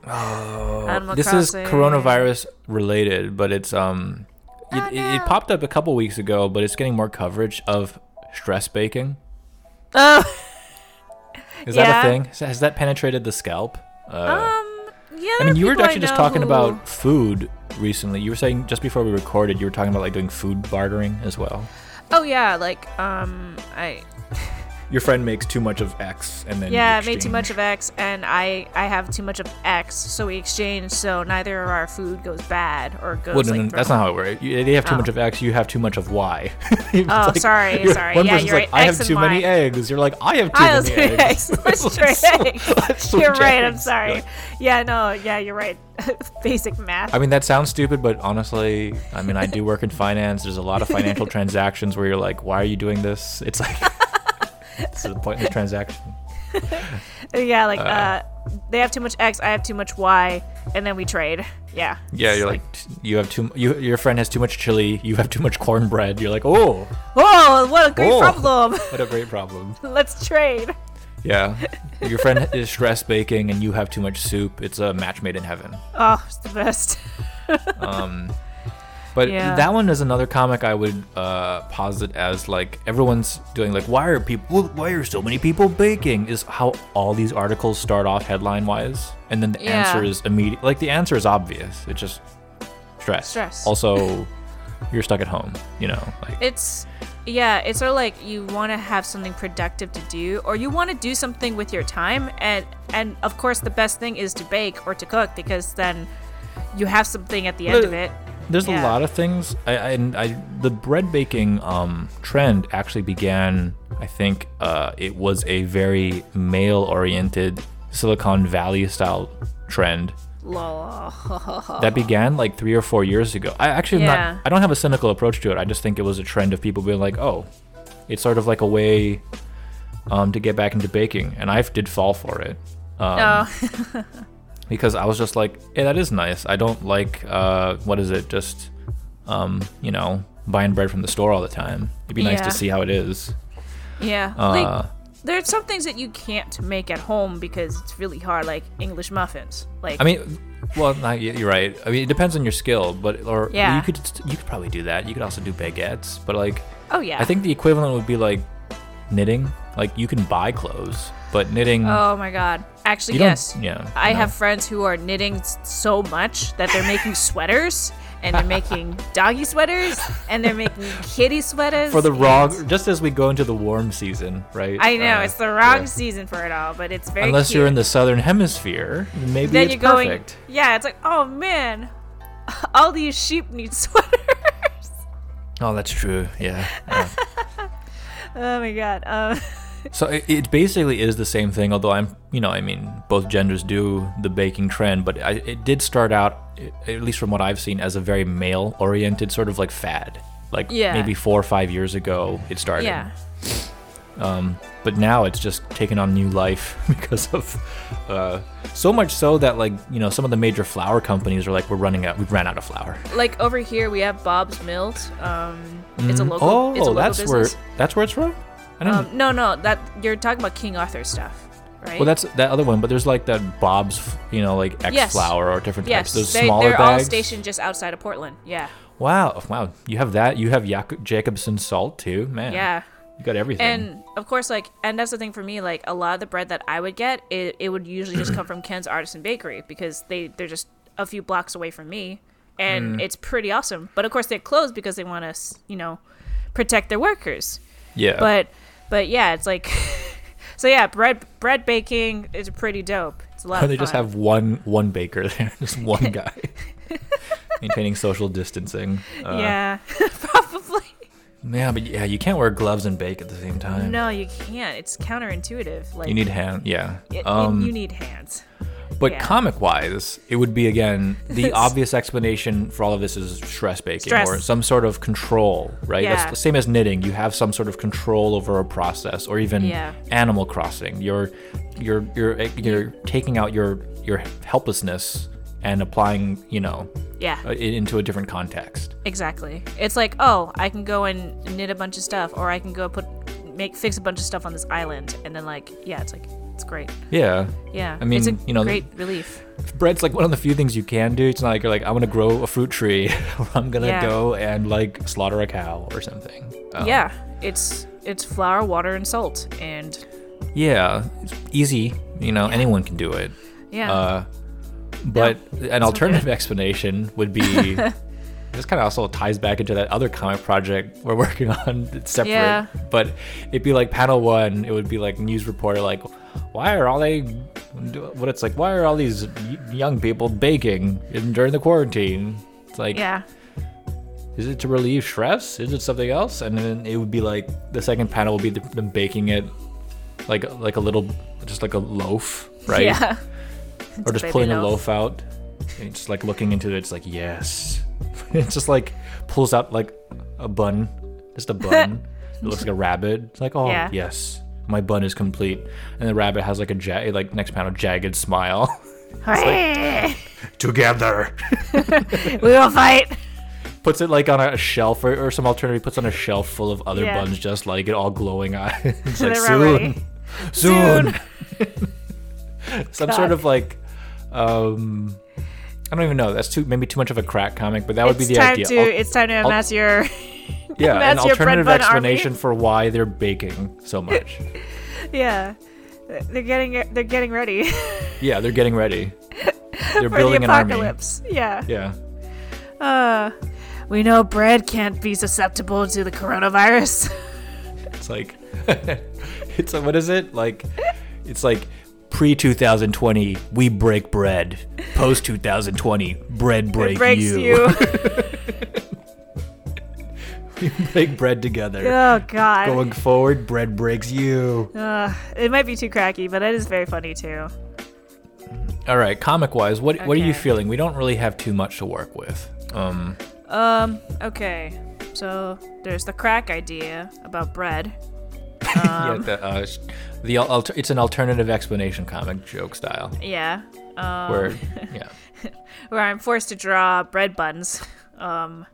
S1: oh,
S2: Animal
S1: this
S2: Crossing.
S1: is coronavirus related, but it's um, it, it- it popped up a couple weeks ago, but it's getting more coverage of stress baking.
S2: Oh.
S1: Is
S2: Yeah.
S1: that a thing? Has- Has that penetrated the scalp? Uh,
S2: Um. Yeah.
S1: I
S2: there
S1: mean,
S2: are
S1: you were
S2: people
S1: actually just
S2: know
S1: talking
S2: who-
S1: about food recently. You were saying just before we recorded, you were talking about like doing food bartering as well.
S2: Oh yeah, like um, I
S1: your friend makes too much of X, and then you
S2: Yeah, I made too
S1: exchange.
S2: much of X, and I I have too much of X, so we exchange. So neither of our food goes bad or goes
S1: Well, no,
S2: like.
S1: no,
S2: thrown-
S1: that's not how it works. You, they have too
S2: Oh.
S1: much of X. You have too much of Y.
S2: Oh, sorry, sorry.
S1: One
S2: Yeah,
S1: person's
S2: you're
S1: like,
S2: right.
S1: I
S2: X
S1: have
S2: and
S1: too many
S2: Y."
S1: eggs. You're like, I have too
S2: I was
S1: many
S2: doing
S1: eggs.
S2: eggs. Let's try eggs.
S1: let's
S2: You're
S1: switch
S2: right. I'm
S1: eggs.
S2: sorry.
S1: Like-
S2: Yeah, no. Yeah, you're right. Basic math.
S1: I mean, that sounds stupid, but honestly, I mean, I do work in finance. There's a lot of financial transactions where you're like, why are you doing this? It's like, it's a pointless transaction.
S2: yeah, like uh, they have too much X, I have too much Y, and then we trade. Yeah.
S1: Yeah, you're like, you have too, you, your friend has too much chili. You have too much cornbread. You're like, oh,
S2: Oh, what a great
S1: Oh.
S2: problem.
S1: what a great problem.
S2: Let's trade.
S1: Yeah. Your friend is stress baking and you have too much soup. It's a match made in heaven.
S2: Oh, it's the best.
S1: But
S2: Yeah.
S1: that one is another comic I would uh, posit as like everyone's doing like why are people why are so many people baking is how all these articles start off headline wise and then the
S2: Yeah.
S1: answer is immediate like the answer is obvious it's just stress
S2: Stress.
S1: also you're stuck at home you know like
S2: It's yeah, it's sort of like you want to have something productive to do, or you want to do something with your time, and and of course the best thing is to bake or to cook because then you have something at the end of it.
S1: There's a
S2: Yeah.
S1: lot of things. I, I, and I the bread baking um, trend actually began. I think uh, it was a very male-oriented Silicon Valley style trend
S2: Lol.
S1: that began like three or four years ago. I actually am
S2: Yeah.
S1: not. I don't have a cynical approach to it. I just think it was a trend of people being like, oh, it's sort of like a way um, to get back into baking, and I did fall for it Um,
S2: oh,
S1: because I was just like, yeah, that is nice. I don't like uh, what is it? Just um, you know, buying bread from the store all the time. It'd be nice
S2: Yeah.
S1: to see how it is.
S2: yeah.
S1: Uh,
S2: like there's some things that you can't make at home because it's really hard, like English muffins. Like
S1: I mean, well, no, you- you're right. I mean, it depends on your skill, but or
S2: Yeah.
S1: you could just- you could probably do that. You could also do baguettes, but like
S2: oh yeah.
S1: I think the equivalent would be like knitting. Like you can buy clothes, but knitting.
S2: Oh my god. Actually,
S1: You don't-
S2: yes.
S1: yeah,
S2: I
S1: no.
S2: have friends who are knitting s- so much that they're making sweaters and they're making doggy sweaters and they're making kitty sweaters.
S1: for the
S2: and-
S1: wrong, just as we go into the warm season, right?
S2: I know
S1: Uh,
S2: it's the wrong
S1: yeah.
S2: season for it all, but it's very
S1: Unless you're in
S2: cute.
S1: the southern hemisphere, maybe
S2: then
S1: it's
S2: you're going.
S1: perfect.
S2: Yeah, it's like oh man, all these sheep need sweaters.
S1: Oh, that's true. Yeah. yeah.
S2: oh my god. Um,
S1: so it, it basically is the same thing, although I'm, you know, I mean, both genders do the baking trend, but I, it did start out, i- at least from what I've seen, as a very male oriented sort of like fad. Like
S2: Yeah.
S1: maybe four or five years ago, it started.
S2: yeah.
S1: But now it's just taken on new life because of uh, so much so that, like, you know, some of the major flour companies are like, we're running out, we've ran out of flour.
S2: Like over here, we have Bob's Mills. Um, it's a local.
S1: oh,
S2: it's a local
S1: that's where
S2: business.
S1: that's where it's from? I don't
S2: Um, no, no, that you're talking about King Arthur stuff, right?
S1: Well, that's that other one, but there's like that Bob's, you know, like X
S2: Yes.
S1: flour or different
S2: yes.
S1: types. Those
S2: they,
S1: smaller
S2: they're all
S1: bags.
S2: stationed just outside of Portland. Yeah,
S1: Wow, wow, you have that. You have Jac- Jacobson salt too, man.
S2: yeah.
S1: you got everything.
S2: And of course, like, and that's the thing for me. Like, a lot of the bread that I would get, it, it would usually just come from Ken's Artisan Bakery because they they're just a few blocks away from me, and
S1: Mm.
S2: it's pretty awesome. But of course, they're closed because they want to, you know, protect their workers.
S1: yeah,
S2: But but yeah, it's like, so yeah, bread bread baking is pretty dope. It's a lot. of
S1: they just
S2: fun.
S1: have one one baker there, just one guy maintaining social distancing. Uh,
S2: yeah, probably.
S1: yeah, but yeah, you can't wear gloves and bake at the same time.
S2: No, you can't. It's counterintuitive. Like
S1: You need hand, yeah.
S2: it-
S1: um,
S2: you, you need hands.
S1: but
S2: yeah.
S1: comic-wise, it would be again the obvious explanation for all of this is stress baking
S2: Stress.
S1: or some sort of control, right?
S2: Yeah.
S1: That's the same as knitting. You have some sort of control over a process, or even
S2: Yeah.
S1: Animal Crossing. You're you're you're eh, you're taking out your your helplessness and applying, you know, uh,
S2: Yeah,
S1: it into a different context.
S2: exactly. It's like, oh, I can go and knit a bunch of stuff, or I can go put make fix a bunch of stuff on this island, and then like, yeah, it's like it's great.
S1: Yeah.
S2: Yeah,
S1: I mean,
S2: it's a
S1: you know,
S2: great relief.
S1: bread's like one of the few things you can do. It's not like you're like I'm gonna grow a fruit tree, or I'm gonna
S2: Yeah.
S1: go and like slaughter a cow or something. Um,
S2: Yeah, it's it's flour, water, and salt, and
S1: Yeah, it's easy. You know, anyone can do it.
S2: yeah,
S1: Uh, but an alternative explanation would be this kind of also ties back into that other comic project we're working on that's separate
S2: Yeah.
S1: but it'd be like panel one it would be like news reporter like why are all they what it's like why are all these y- young people baking in, during the quarantine it's like
S2: Yeah.
S1: is it to relieve stress is it something else and then it would be like the second panel would be the, them baking it like like a little just like a loaf right
S2: Yeah.
S1: or
S2: It's a
S1: just
S2: baby
S1: pulling a loaf
S2: loaf.
S1: out and just like looking into it it's like yes it just like pulls out like a bun just a bun it looks like a rabbit it's like oh
S2: Yeah.
S1: yes my bun is complete and the rabbit has like a ja- like next panel jagged smile together
S2: we will fight.
S1: puts it like on a shelf or, or some alternative puts on a shelf full of other
S2: Yeah.
S1: buns just like it all glowing eyes it's like
S2: They're already-
S1: soon soon some sort of like um I don't even know. That's too maybe too much of a crack comic, but that would be
S2: It's
S1: the
S2: time
S1: idea.
S2: to.
S1: Al-
S2: it's time to amass your.
S1: yeah, an
S2: that's your bread
S1: alternative
S2: bun army.
S1: explanation for why they're baking so much.
S2: Yeah. They're getting. They're getting ready
S1: yeah, they're getting ready. They're
S2: for the
S1: building an army.
S2: apocalypse. Yeah.
S1: Yeah.
S2: Uh, we know bread can't be susceptible to the coronavirus.
S1: It's like it's a, what is it like? It's like pre 2020 we break bread. Post 2020 bread break
S2: Breaks
S1: you.
S2: you.
S1: we break bread together.
S2: oh God.
S1: Going forward, bread breaks you.
S2: Uh, it might be too cracky, but it is very funny too.
S1: All right, comic wise, what what are you
S2: Okay.
S1: feeling? We don't really have too much to work with. Um,
S2: Um. Okay. So there's the crack idea about bread. Um.
S1: yeah, the, uh, sh- the al- alter- it's an alternative explanation comic joke style
S2: Yeah. Um,
S1: where yeah
S2: where I'm forced to draw bread buns. Um.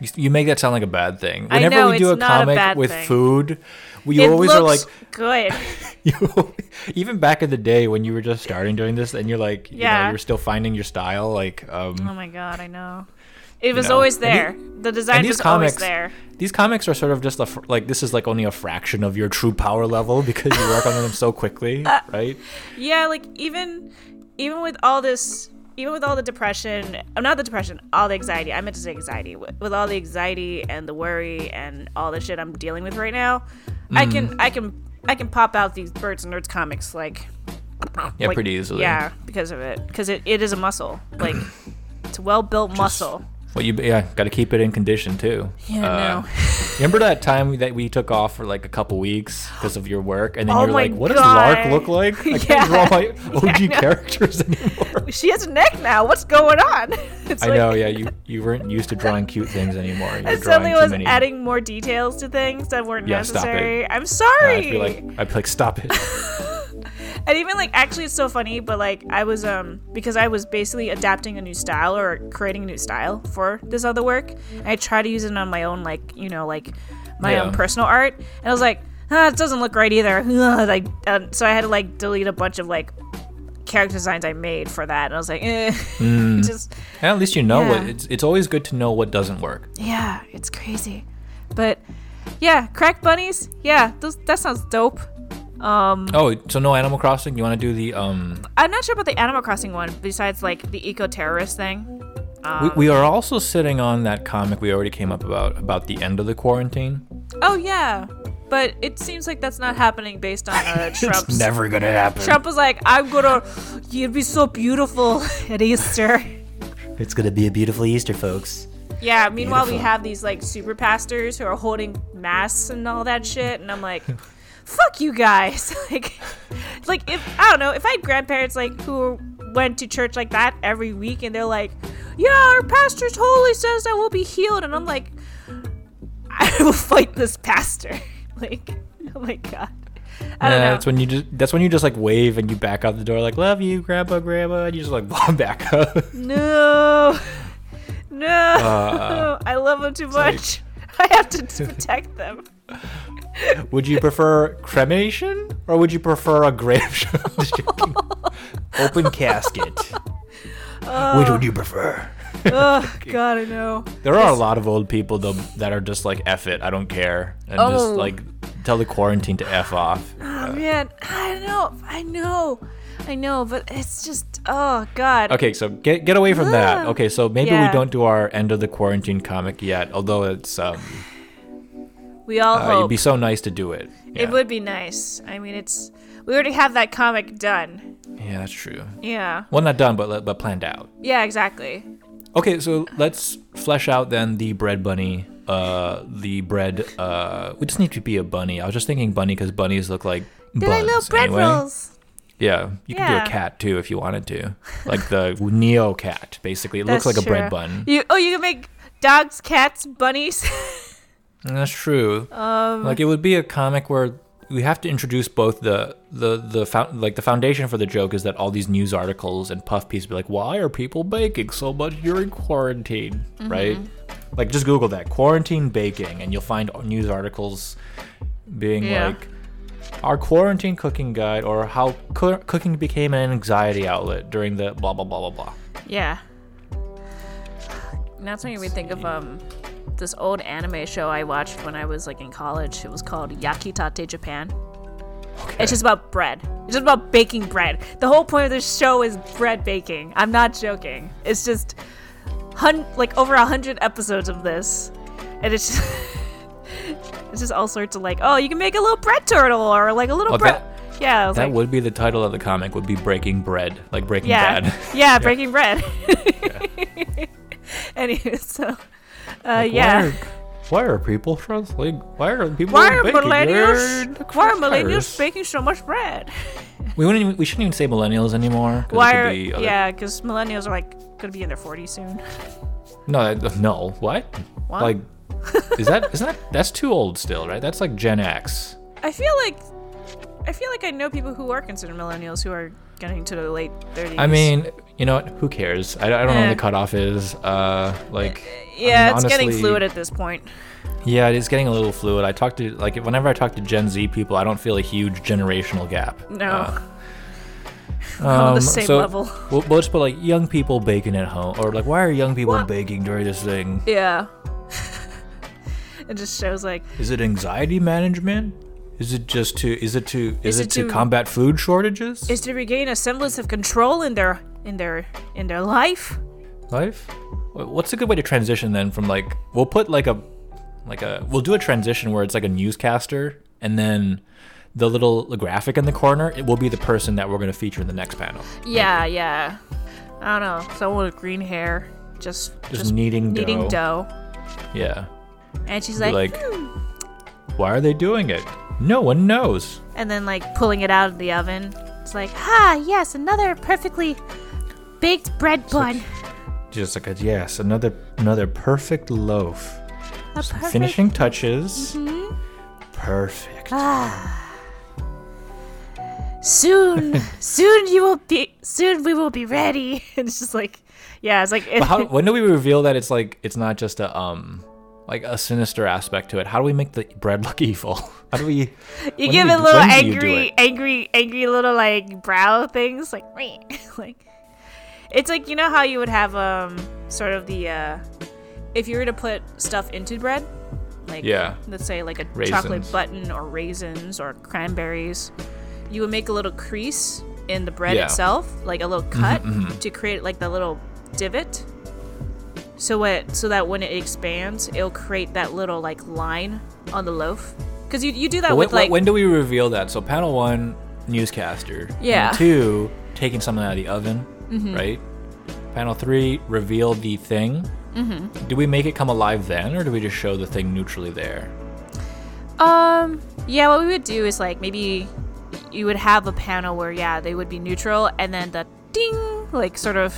S1: you, s- you make that sound like a bad thing.
S2: I
S1: Whenever
S2: know,
S1: we do
S2: it's
S1: a
S2: not a
S1: comic
S2: bad
S1: with
S2: thing.
S1: food, we
S2: it
S1: always
S2: looks
S1: are like
S2: good.
S1: you even back in the day when you were just starting doing this and you're like you know,
S2: Yeah.
S1: you're still finding your style like um
S2: Oh my god, I know. It was
S1: know,
S2: always
S1: and the-
S2: there. the design
S1: and
S2: was
S1: these comics
S2: always there.
S1: these comics are sort of just a fr- like this is like only a fraction of your true power level because you work on them so quickly,
S2: Uh,
S1: right?
S2: Yeah, like even even with all this even with all the depression, I'm not the depression, all the anxiety. I meant to say anxiety. With, with all the anxiety and the worry and all the shit I'm dealing with right now, I
S1: Mm.
S2: can I can I can pop out these birds and nerds comics like
S1: Yeah,
S2: like-
S1: pretty easily.
S2: Yeah, because of it, because it, it is a muscle. Like it's a well built muscle.
S1: Well, you yeah, got to keep it in condition too.
S2: Yeah,
S1: Uh,
S2: no.
S1: remember that time that we took off for like a couple weeks because of your work, and then
S2: Oh
S1: you're
S2: my
S1: like, "What does Lark
S2: God.
S1: look like? I
S2: Yeah.
S1: can't draw my OG characters anymore."
S2: She has a neck now. What's going on? It's
S1: I know. Yeah, you you weren't used to drawing cute things anymore. You're
S2: I
S1: drawing
S2: suddenly
S1: too
S2: was
S1: many.
S2: adding more details to things that weren't
S1: Yeah, stop it.
S2: necessary. I'm
S1: Yeah,
S2: sorry.
S1: I'd be like, I'd be like, "Stop it."
S2: and even like actually it's so funny but like i was um because i was basically adapting a new style or creating a new style for this other work and i tried to use it on my own like you know like my own
S1: Yeah.
S2: personal art and i was like ah, it doesn't look right either Ugh, like um, so i had to like delete a bunch of like character designs i made for that and i was like eh. just
S1: And at least you know what.
S2: Yeah.
S1: It's it's always good to know what doesn't work.
S2: yeah it's crazy but yeah crack bunnies yeah those, that sounds dope um
S1: Oh, so no Animal Crossing. You want to do the um?
S2: I'm not sure about the Animal Crossing one, besides like the eco terrorist thing.
S1: we, we are also sitting on that comic we already came up about about the end of the quarantine.
S2: Oh yeah, but it seems like that's not happening based on uh, Trump's.
S1: It's never gonna happen.
S2: Trump was like, "I'm gonna, you'd be so beautiful at Easter."
S3: It's gonna be a beautiful Easter, folks.
S2: Yeah. Meanwhile, we
S3: Beautiful.
S2: have these like super pastors who are holding masks and all that shit, and I'm like, "Fuck you guys!" like, like if I don't know if I had grandparents like who went to church like that every week, and they're like, "Yeah, our pastor's holy says that we'll be healed," and I'm like, "I will fight this pastor." like, oh my god. I don't
S1: Yeah,
S2: know.
S1: that's when you just that's when you just like wave and you back out the door like love you grandpa grandma and you just like bomb back up.
S2: No. No.
S1: Uh,
S2: I love them too much. I have to t- protect them.
S1: would you prefer cremation or would you prefer a grave shot? Just joking.
S3: Open casket. Which would you prefer?
S2: Oh, God, I know.
S1: there are a lot of old people though that are just like f it I don't care and
S2: Oh.
S1: just like tell the quarantine to f off.
S2: Oh, man. I know. I know. I know, but it's just oh god.
S1: Okay, so get get away from that.
S2: Ugh.
S1: Okay, so maybe we
S2: Ah. Yeah.
S1: don't do our end of the quarantine comic yet, although it's um,
S2: We all
S1: uh, it'd
S2: hope
S1: be so nice to do it. Yeah.
S2: it would be nice. I mean, it's we already have that comic done.
S1: Yeah, that's true.
S2: Yeah.
S1: Well, not done, but but planned out.
S2: Yeah. Exactly.
S1: Okay, so let's flesh out then the bread bunny. Uh, the bread. Uh, we just need to be a bunny. I was just thinking bunny because bunnies look like
S2: They're like
S1: buns
S2: little bread
S1: anyway.
S2: rolls.
S1: Yeah, you can do
S2: Yeah.
S1: a cat too if you wanted to, like the Neo cat. Basically, it looks
S2: That's
S1: like a bread
S2: true.
S1: bun.
S2: You oh you can make dogs, cats, bunnies.
S1: That's true.
S2: Um,
S1: like it would be a comic where we have to introduce both the the the found, like the foundation for the joke is that all these news articles and puff pieces be like, why are people baking so much during quarantine,
S2: Mm-hmm.
S1: right? Like just Google that quarantine baking, and you'll find news articles being
S2: Yeah.
S1: like. Our quarantine cooking guide, or how cur- cooking became an anxiety outlet during the blah blah blah blah blah.
S2: yeah. And that's when we think of um this old anime show I watched when I was like in college. It was called Yakitate Japan. It's just about bread. It's just about baking bread. The whole point of this show is bread baking. I'm not joking. It's just hun- like over a hundred episodes of this, and it's just, it's just all sorts of like, oh, you can make a little bread turtle or like a little
S1: Oh,
S2: bread. yeah, I was
S1: That
S2: like,
S1: would be the title of the comic. Would be Breaking Bread, like Breaking
S2: yeah,
S1: Bad.
S2: yeah, breaking bread. Anyway, so uh,
S1: Why are,
S2: yeah.
S1: why are people trans- like Why are people?
S2: Why are
S1: baking
S2: millennials?
S1: bread?
S2: Why are millennials
S1: Christ.
S2: baking so much bread?
S1: We wouldn't. Even, we shouldn't even say millennials anymore. 'cause it
S2: Why
S1: could
S2: are
S1: be other-
S2: yeah? Because millennials are like gonna be in their 40s soon.
S1: No. that- No. What?
S2: What?
S1: Like, is that is that that's too old still, right? That's like Gen X.
S2: I feel like I feel like I know people who are considered millennials who are getting to the late 30s.
S1: I mean, you know what? Who cares? I, I don't know
S2: Eh.
S1: what the cutoff is. Uh, like. I
S2: yeah,
S1: mean,
S2: it's getting
S1: honestly-
S2: fluid at this point.
S1: Yeah, it is getting a little fluid. I talk to like whenever I talk to Gen Z people, I don't feel a huge generational gap.
S2: No.
S1: Uh,
S2: on
S1: Um,
S2: the same
S1: so
S2: level.
S1: We'll, we'll just put like young people baking at home, or like why are young people
S2: What?
S1: baking during this thing?
S2: Yeah. it just shows like
S1: Is it anxiety management? Is it just to? Is it to? Is,
S2: Is
S1: it,
S2: it
S1: to,
S2: to-
S1: combat food shortages?
S2: is to regain a semblance of control in their in their in their life.
S1: Life. Wh- What's a good way to transition then from like we'll put like a like a we'll do a transition where it's like a newscaster and then the little graphic in the corner it will be the person that we're going to feature in the next panel
S2: Yeah, yeah. I don't know. Someone with green hair just
S1: just, kneading dough
S2: kneading dough.
S1: yeah
S2: And she's
S1: Be
S2: like, "Hmm."
S1: like why are they doing it no one knows
S2: and then like pulling it out of the oven. It's like, ah, yes, another perfectly baked bread bun.
S1: just like a yes another another perfect loaf
S2: A perfect, Mm-hmm.
S1: finishing touches perfect
S2: Ah. Soon, soon you will be. Soon we will be ready. And it's just like, yeah, it's like.
S1: but how when do we reveal that it's like it's not just a um like a sinister aspect to it how do we make the bread look evil how do we
S2: you
S1: when
S2: give
S1: do
S2: it
S1: we-
S2: little
S1: when do you do
S2: angry,
S1: it?
S2: angry, angry little like brow things, like meh, like it's like you know how you would have um sort of the uh if you were to put stuff into bread, like
S1: Yeah.
S2: let's say like a
S1: Raisins.
S2: chocolate button or raisins or cranberries, you would make a little crease in the bread
S1: Yeah. Mm-hmm,
S2: itself, like a little cut to create like the little divot. So what? So that when it expands, it'll create that little like line on the loaf. Cause you, you do that
S1: But when,
S2: with like
S1: when do we reveal that so panel one newscaster Panel
S2: Yeah. Mm-hmm.
S1: two taking something out of the oven right panel three reveal the thing
S2: Mm-hmm.
S1: do we make it come alive then or do we just show the thing neutrally there
S2: Um. Yeah. What we would do is like maybe you would have a panel where yeah they would be neutral, and then the ding like sort of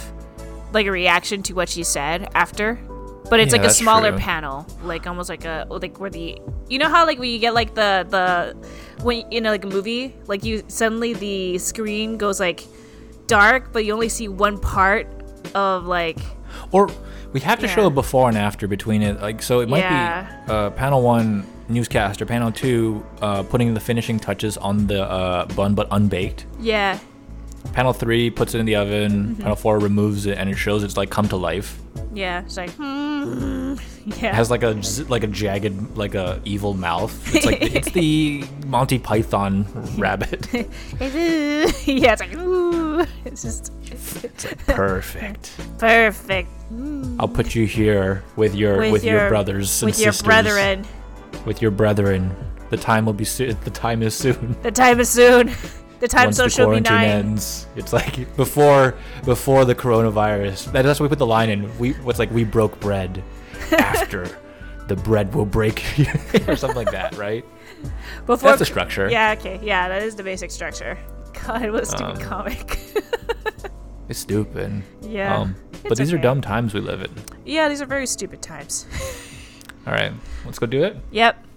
S2: like a reaction to what she said after. But it's
S1: Yeah,
S2: like a
S1: that's
S2: smaller
S1: true.
S2: panel, like almost like a like where the you know how like when you get like the the when you know like a movie like you suddenly the screen goes like dark, but you only see one part of like
S1: or we have to show
S2: Yeah.
S1: a before and after between it like so it might
S2: Yeah.
S1: be uh, panel one newscaster panel two uh, putting the finishing touches on the uh, bun but unbaked
S2: yeah
S1: Panel three puts it in the oven.
S2: Mm-hmm.
S1: Panel four removes it, and it shows it's like come to life.
S2: Yeah. It's like, hmm.
S1: It
S2: Yeah.
S1: has like a z- like a jagged like a evil mouth. It's like it's the Monty Python rabbit.
S2: yeah. It's like, ooh. It's just
S1: Perfect.
S2: perfect.
S1: I'll put you here with your with, your, brothers and
S2: with your
S1: sisters.
S2: brethren.
S1: With your brethren. The time will be soon. The time is soon.
S2: The time is soon. The time
S1: Once
S2: so
S1: the
S2: shall be
S1: quarantine
S2: nine.
S1: ends, it's like before before the coronavirus. That, that's why we put the line in. We what's like we broke bread after the bread will break or something like that, right?
S2: Before
S1: That's the structure.
S2: Yeah. Okay. Yeah. That is the basic structure. God, what a stupid
S1: Um,
S2: comic.
S1: It's stupid.
S2: Yeah,
S1: um, but
S2: it's
S1: these
S2: okay.
S1: are dumb times we live in.
S2: yeah. These are very stupid times.
S1: All right, let's go do it.
S2: Yep.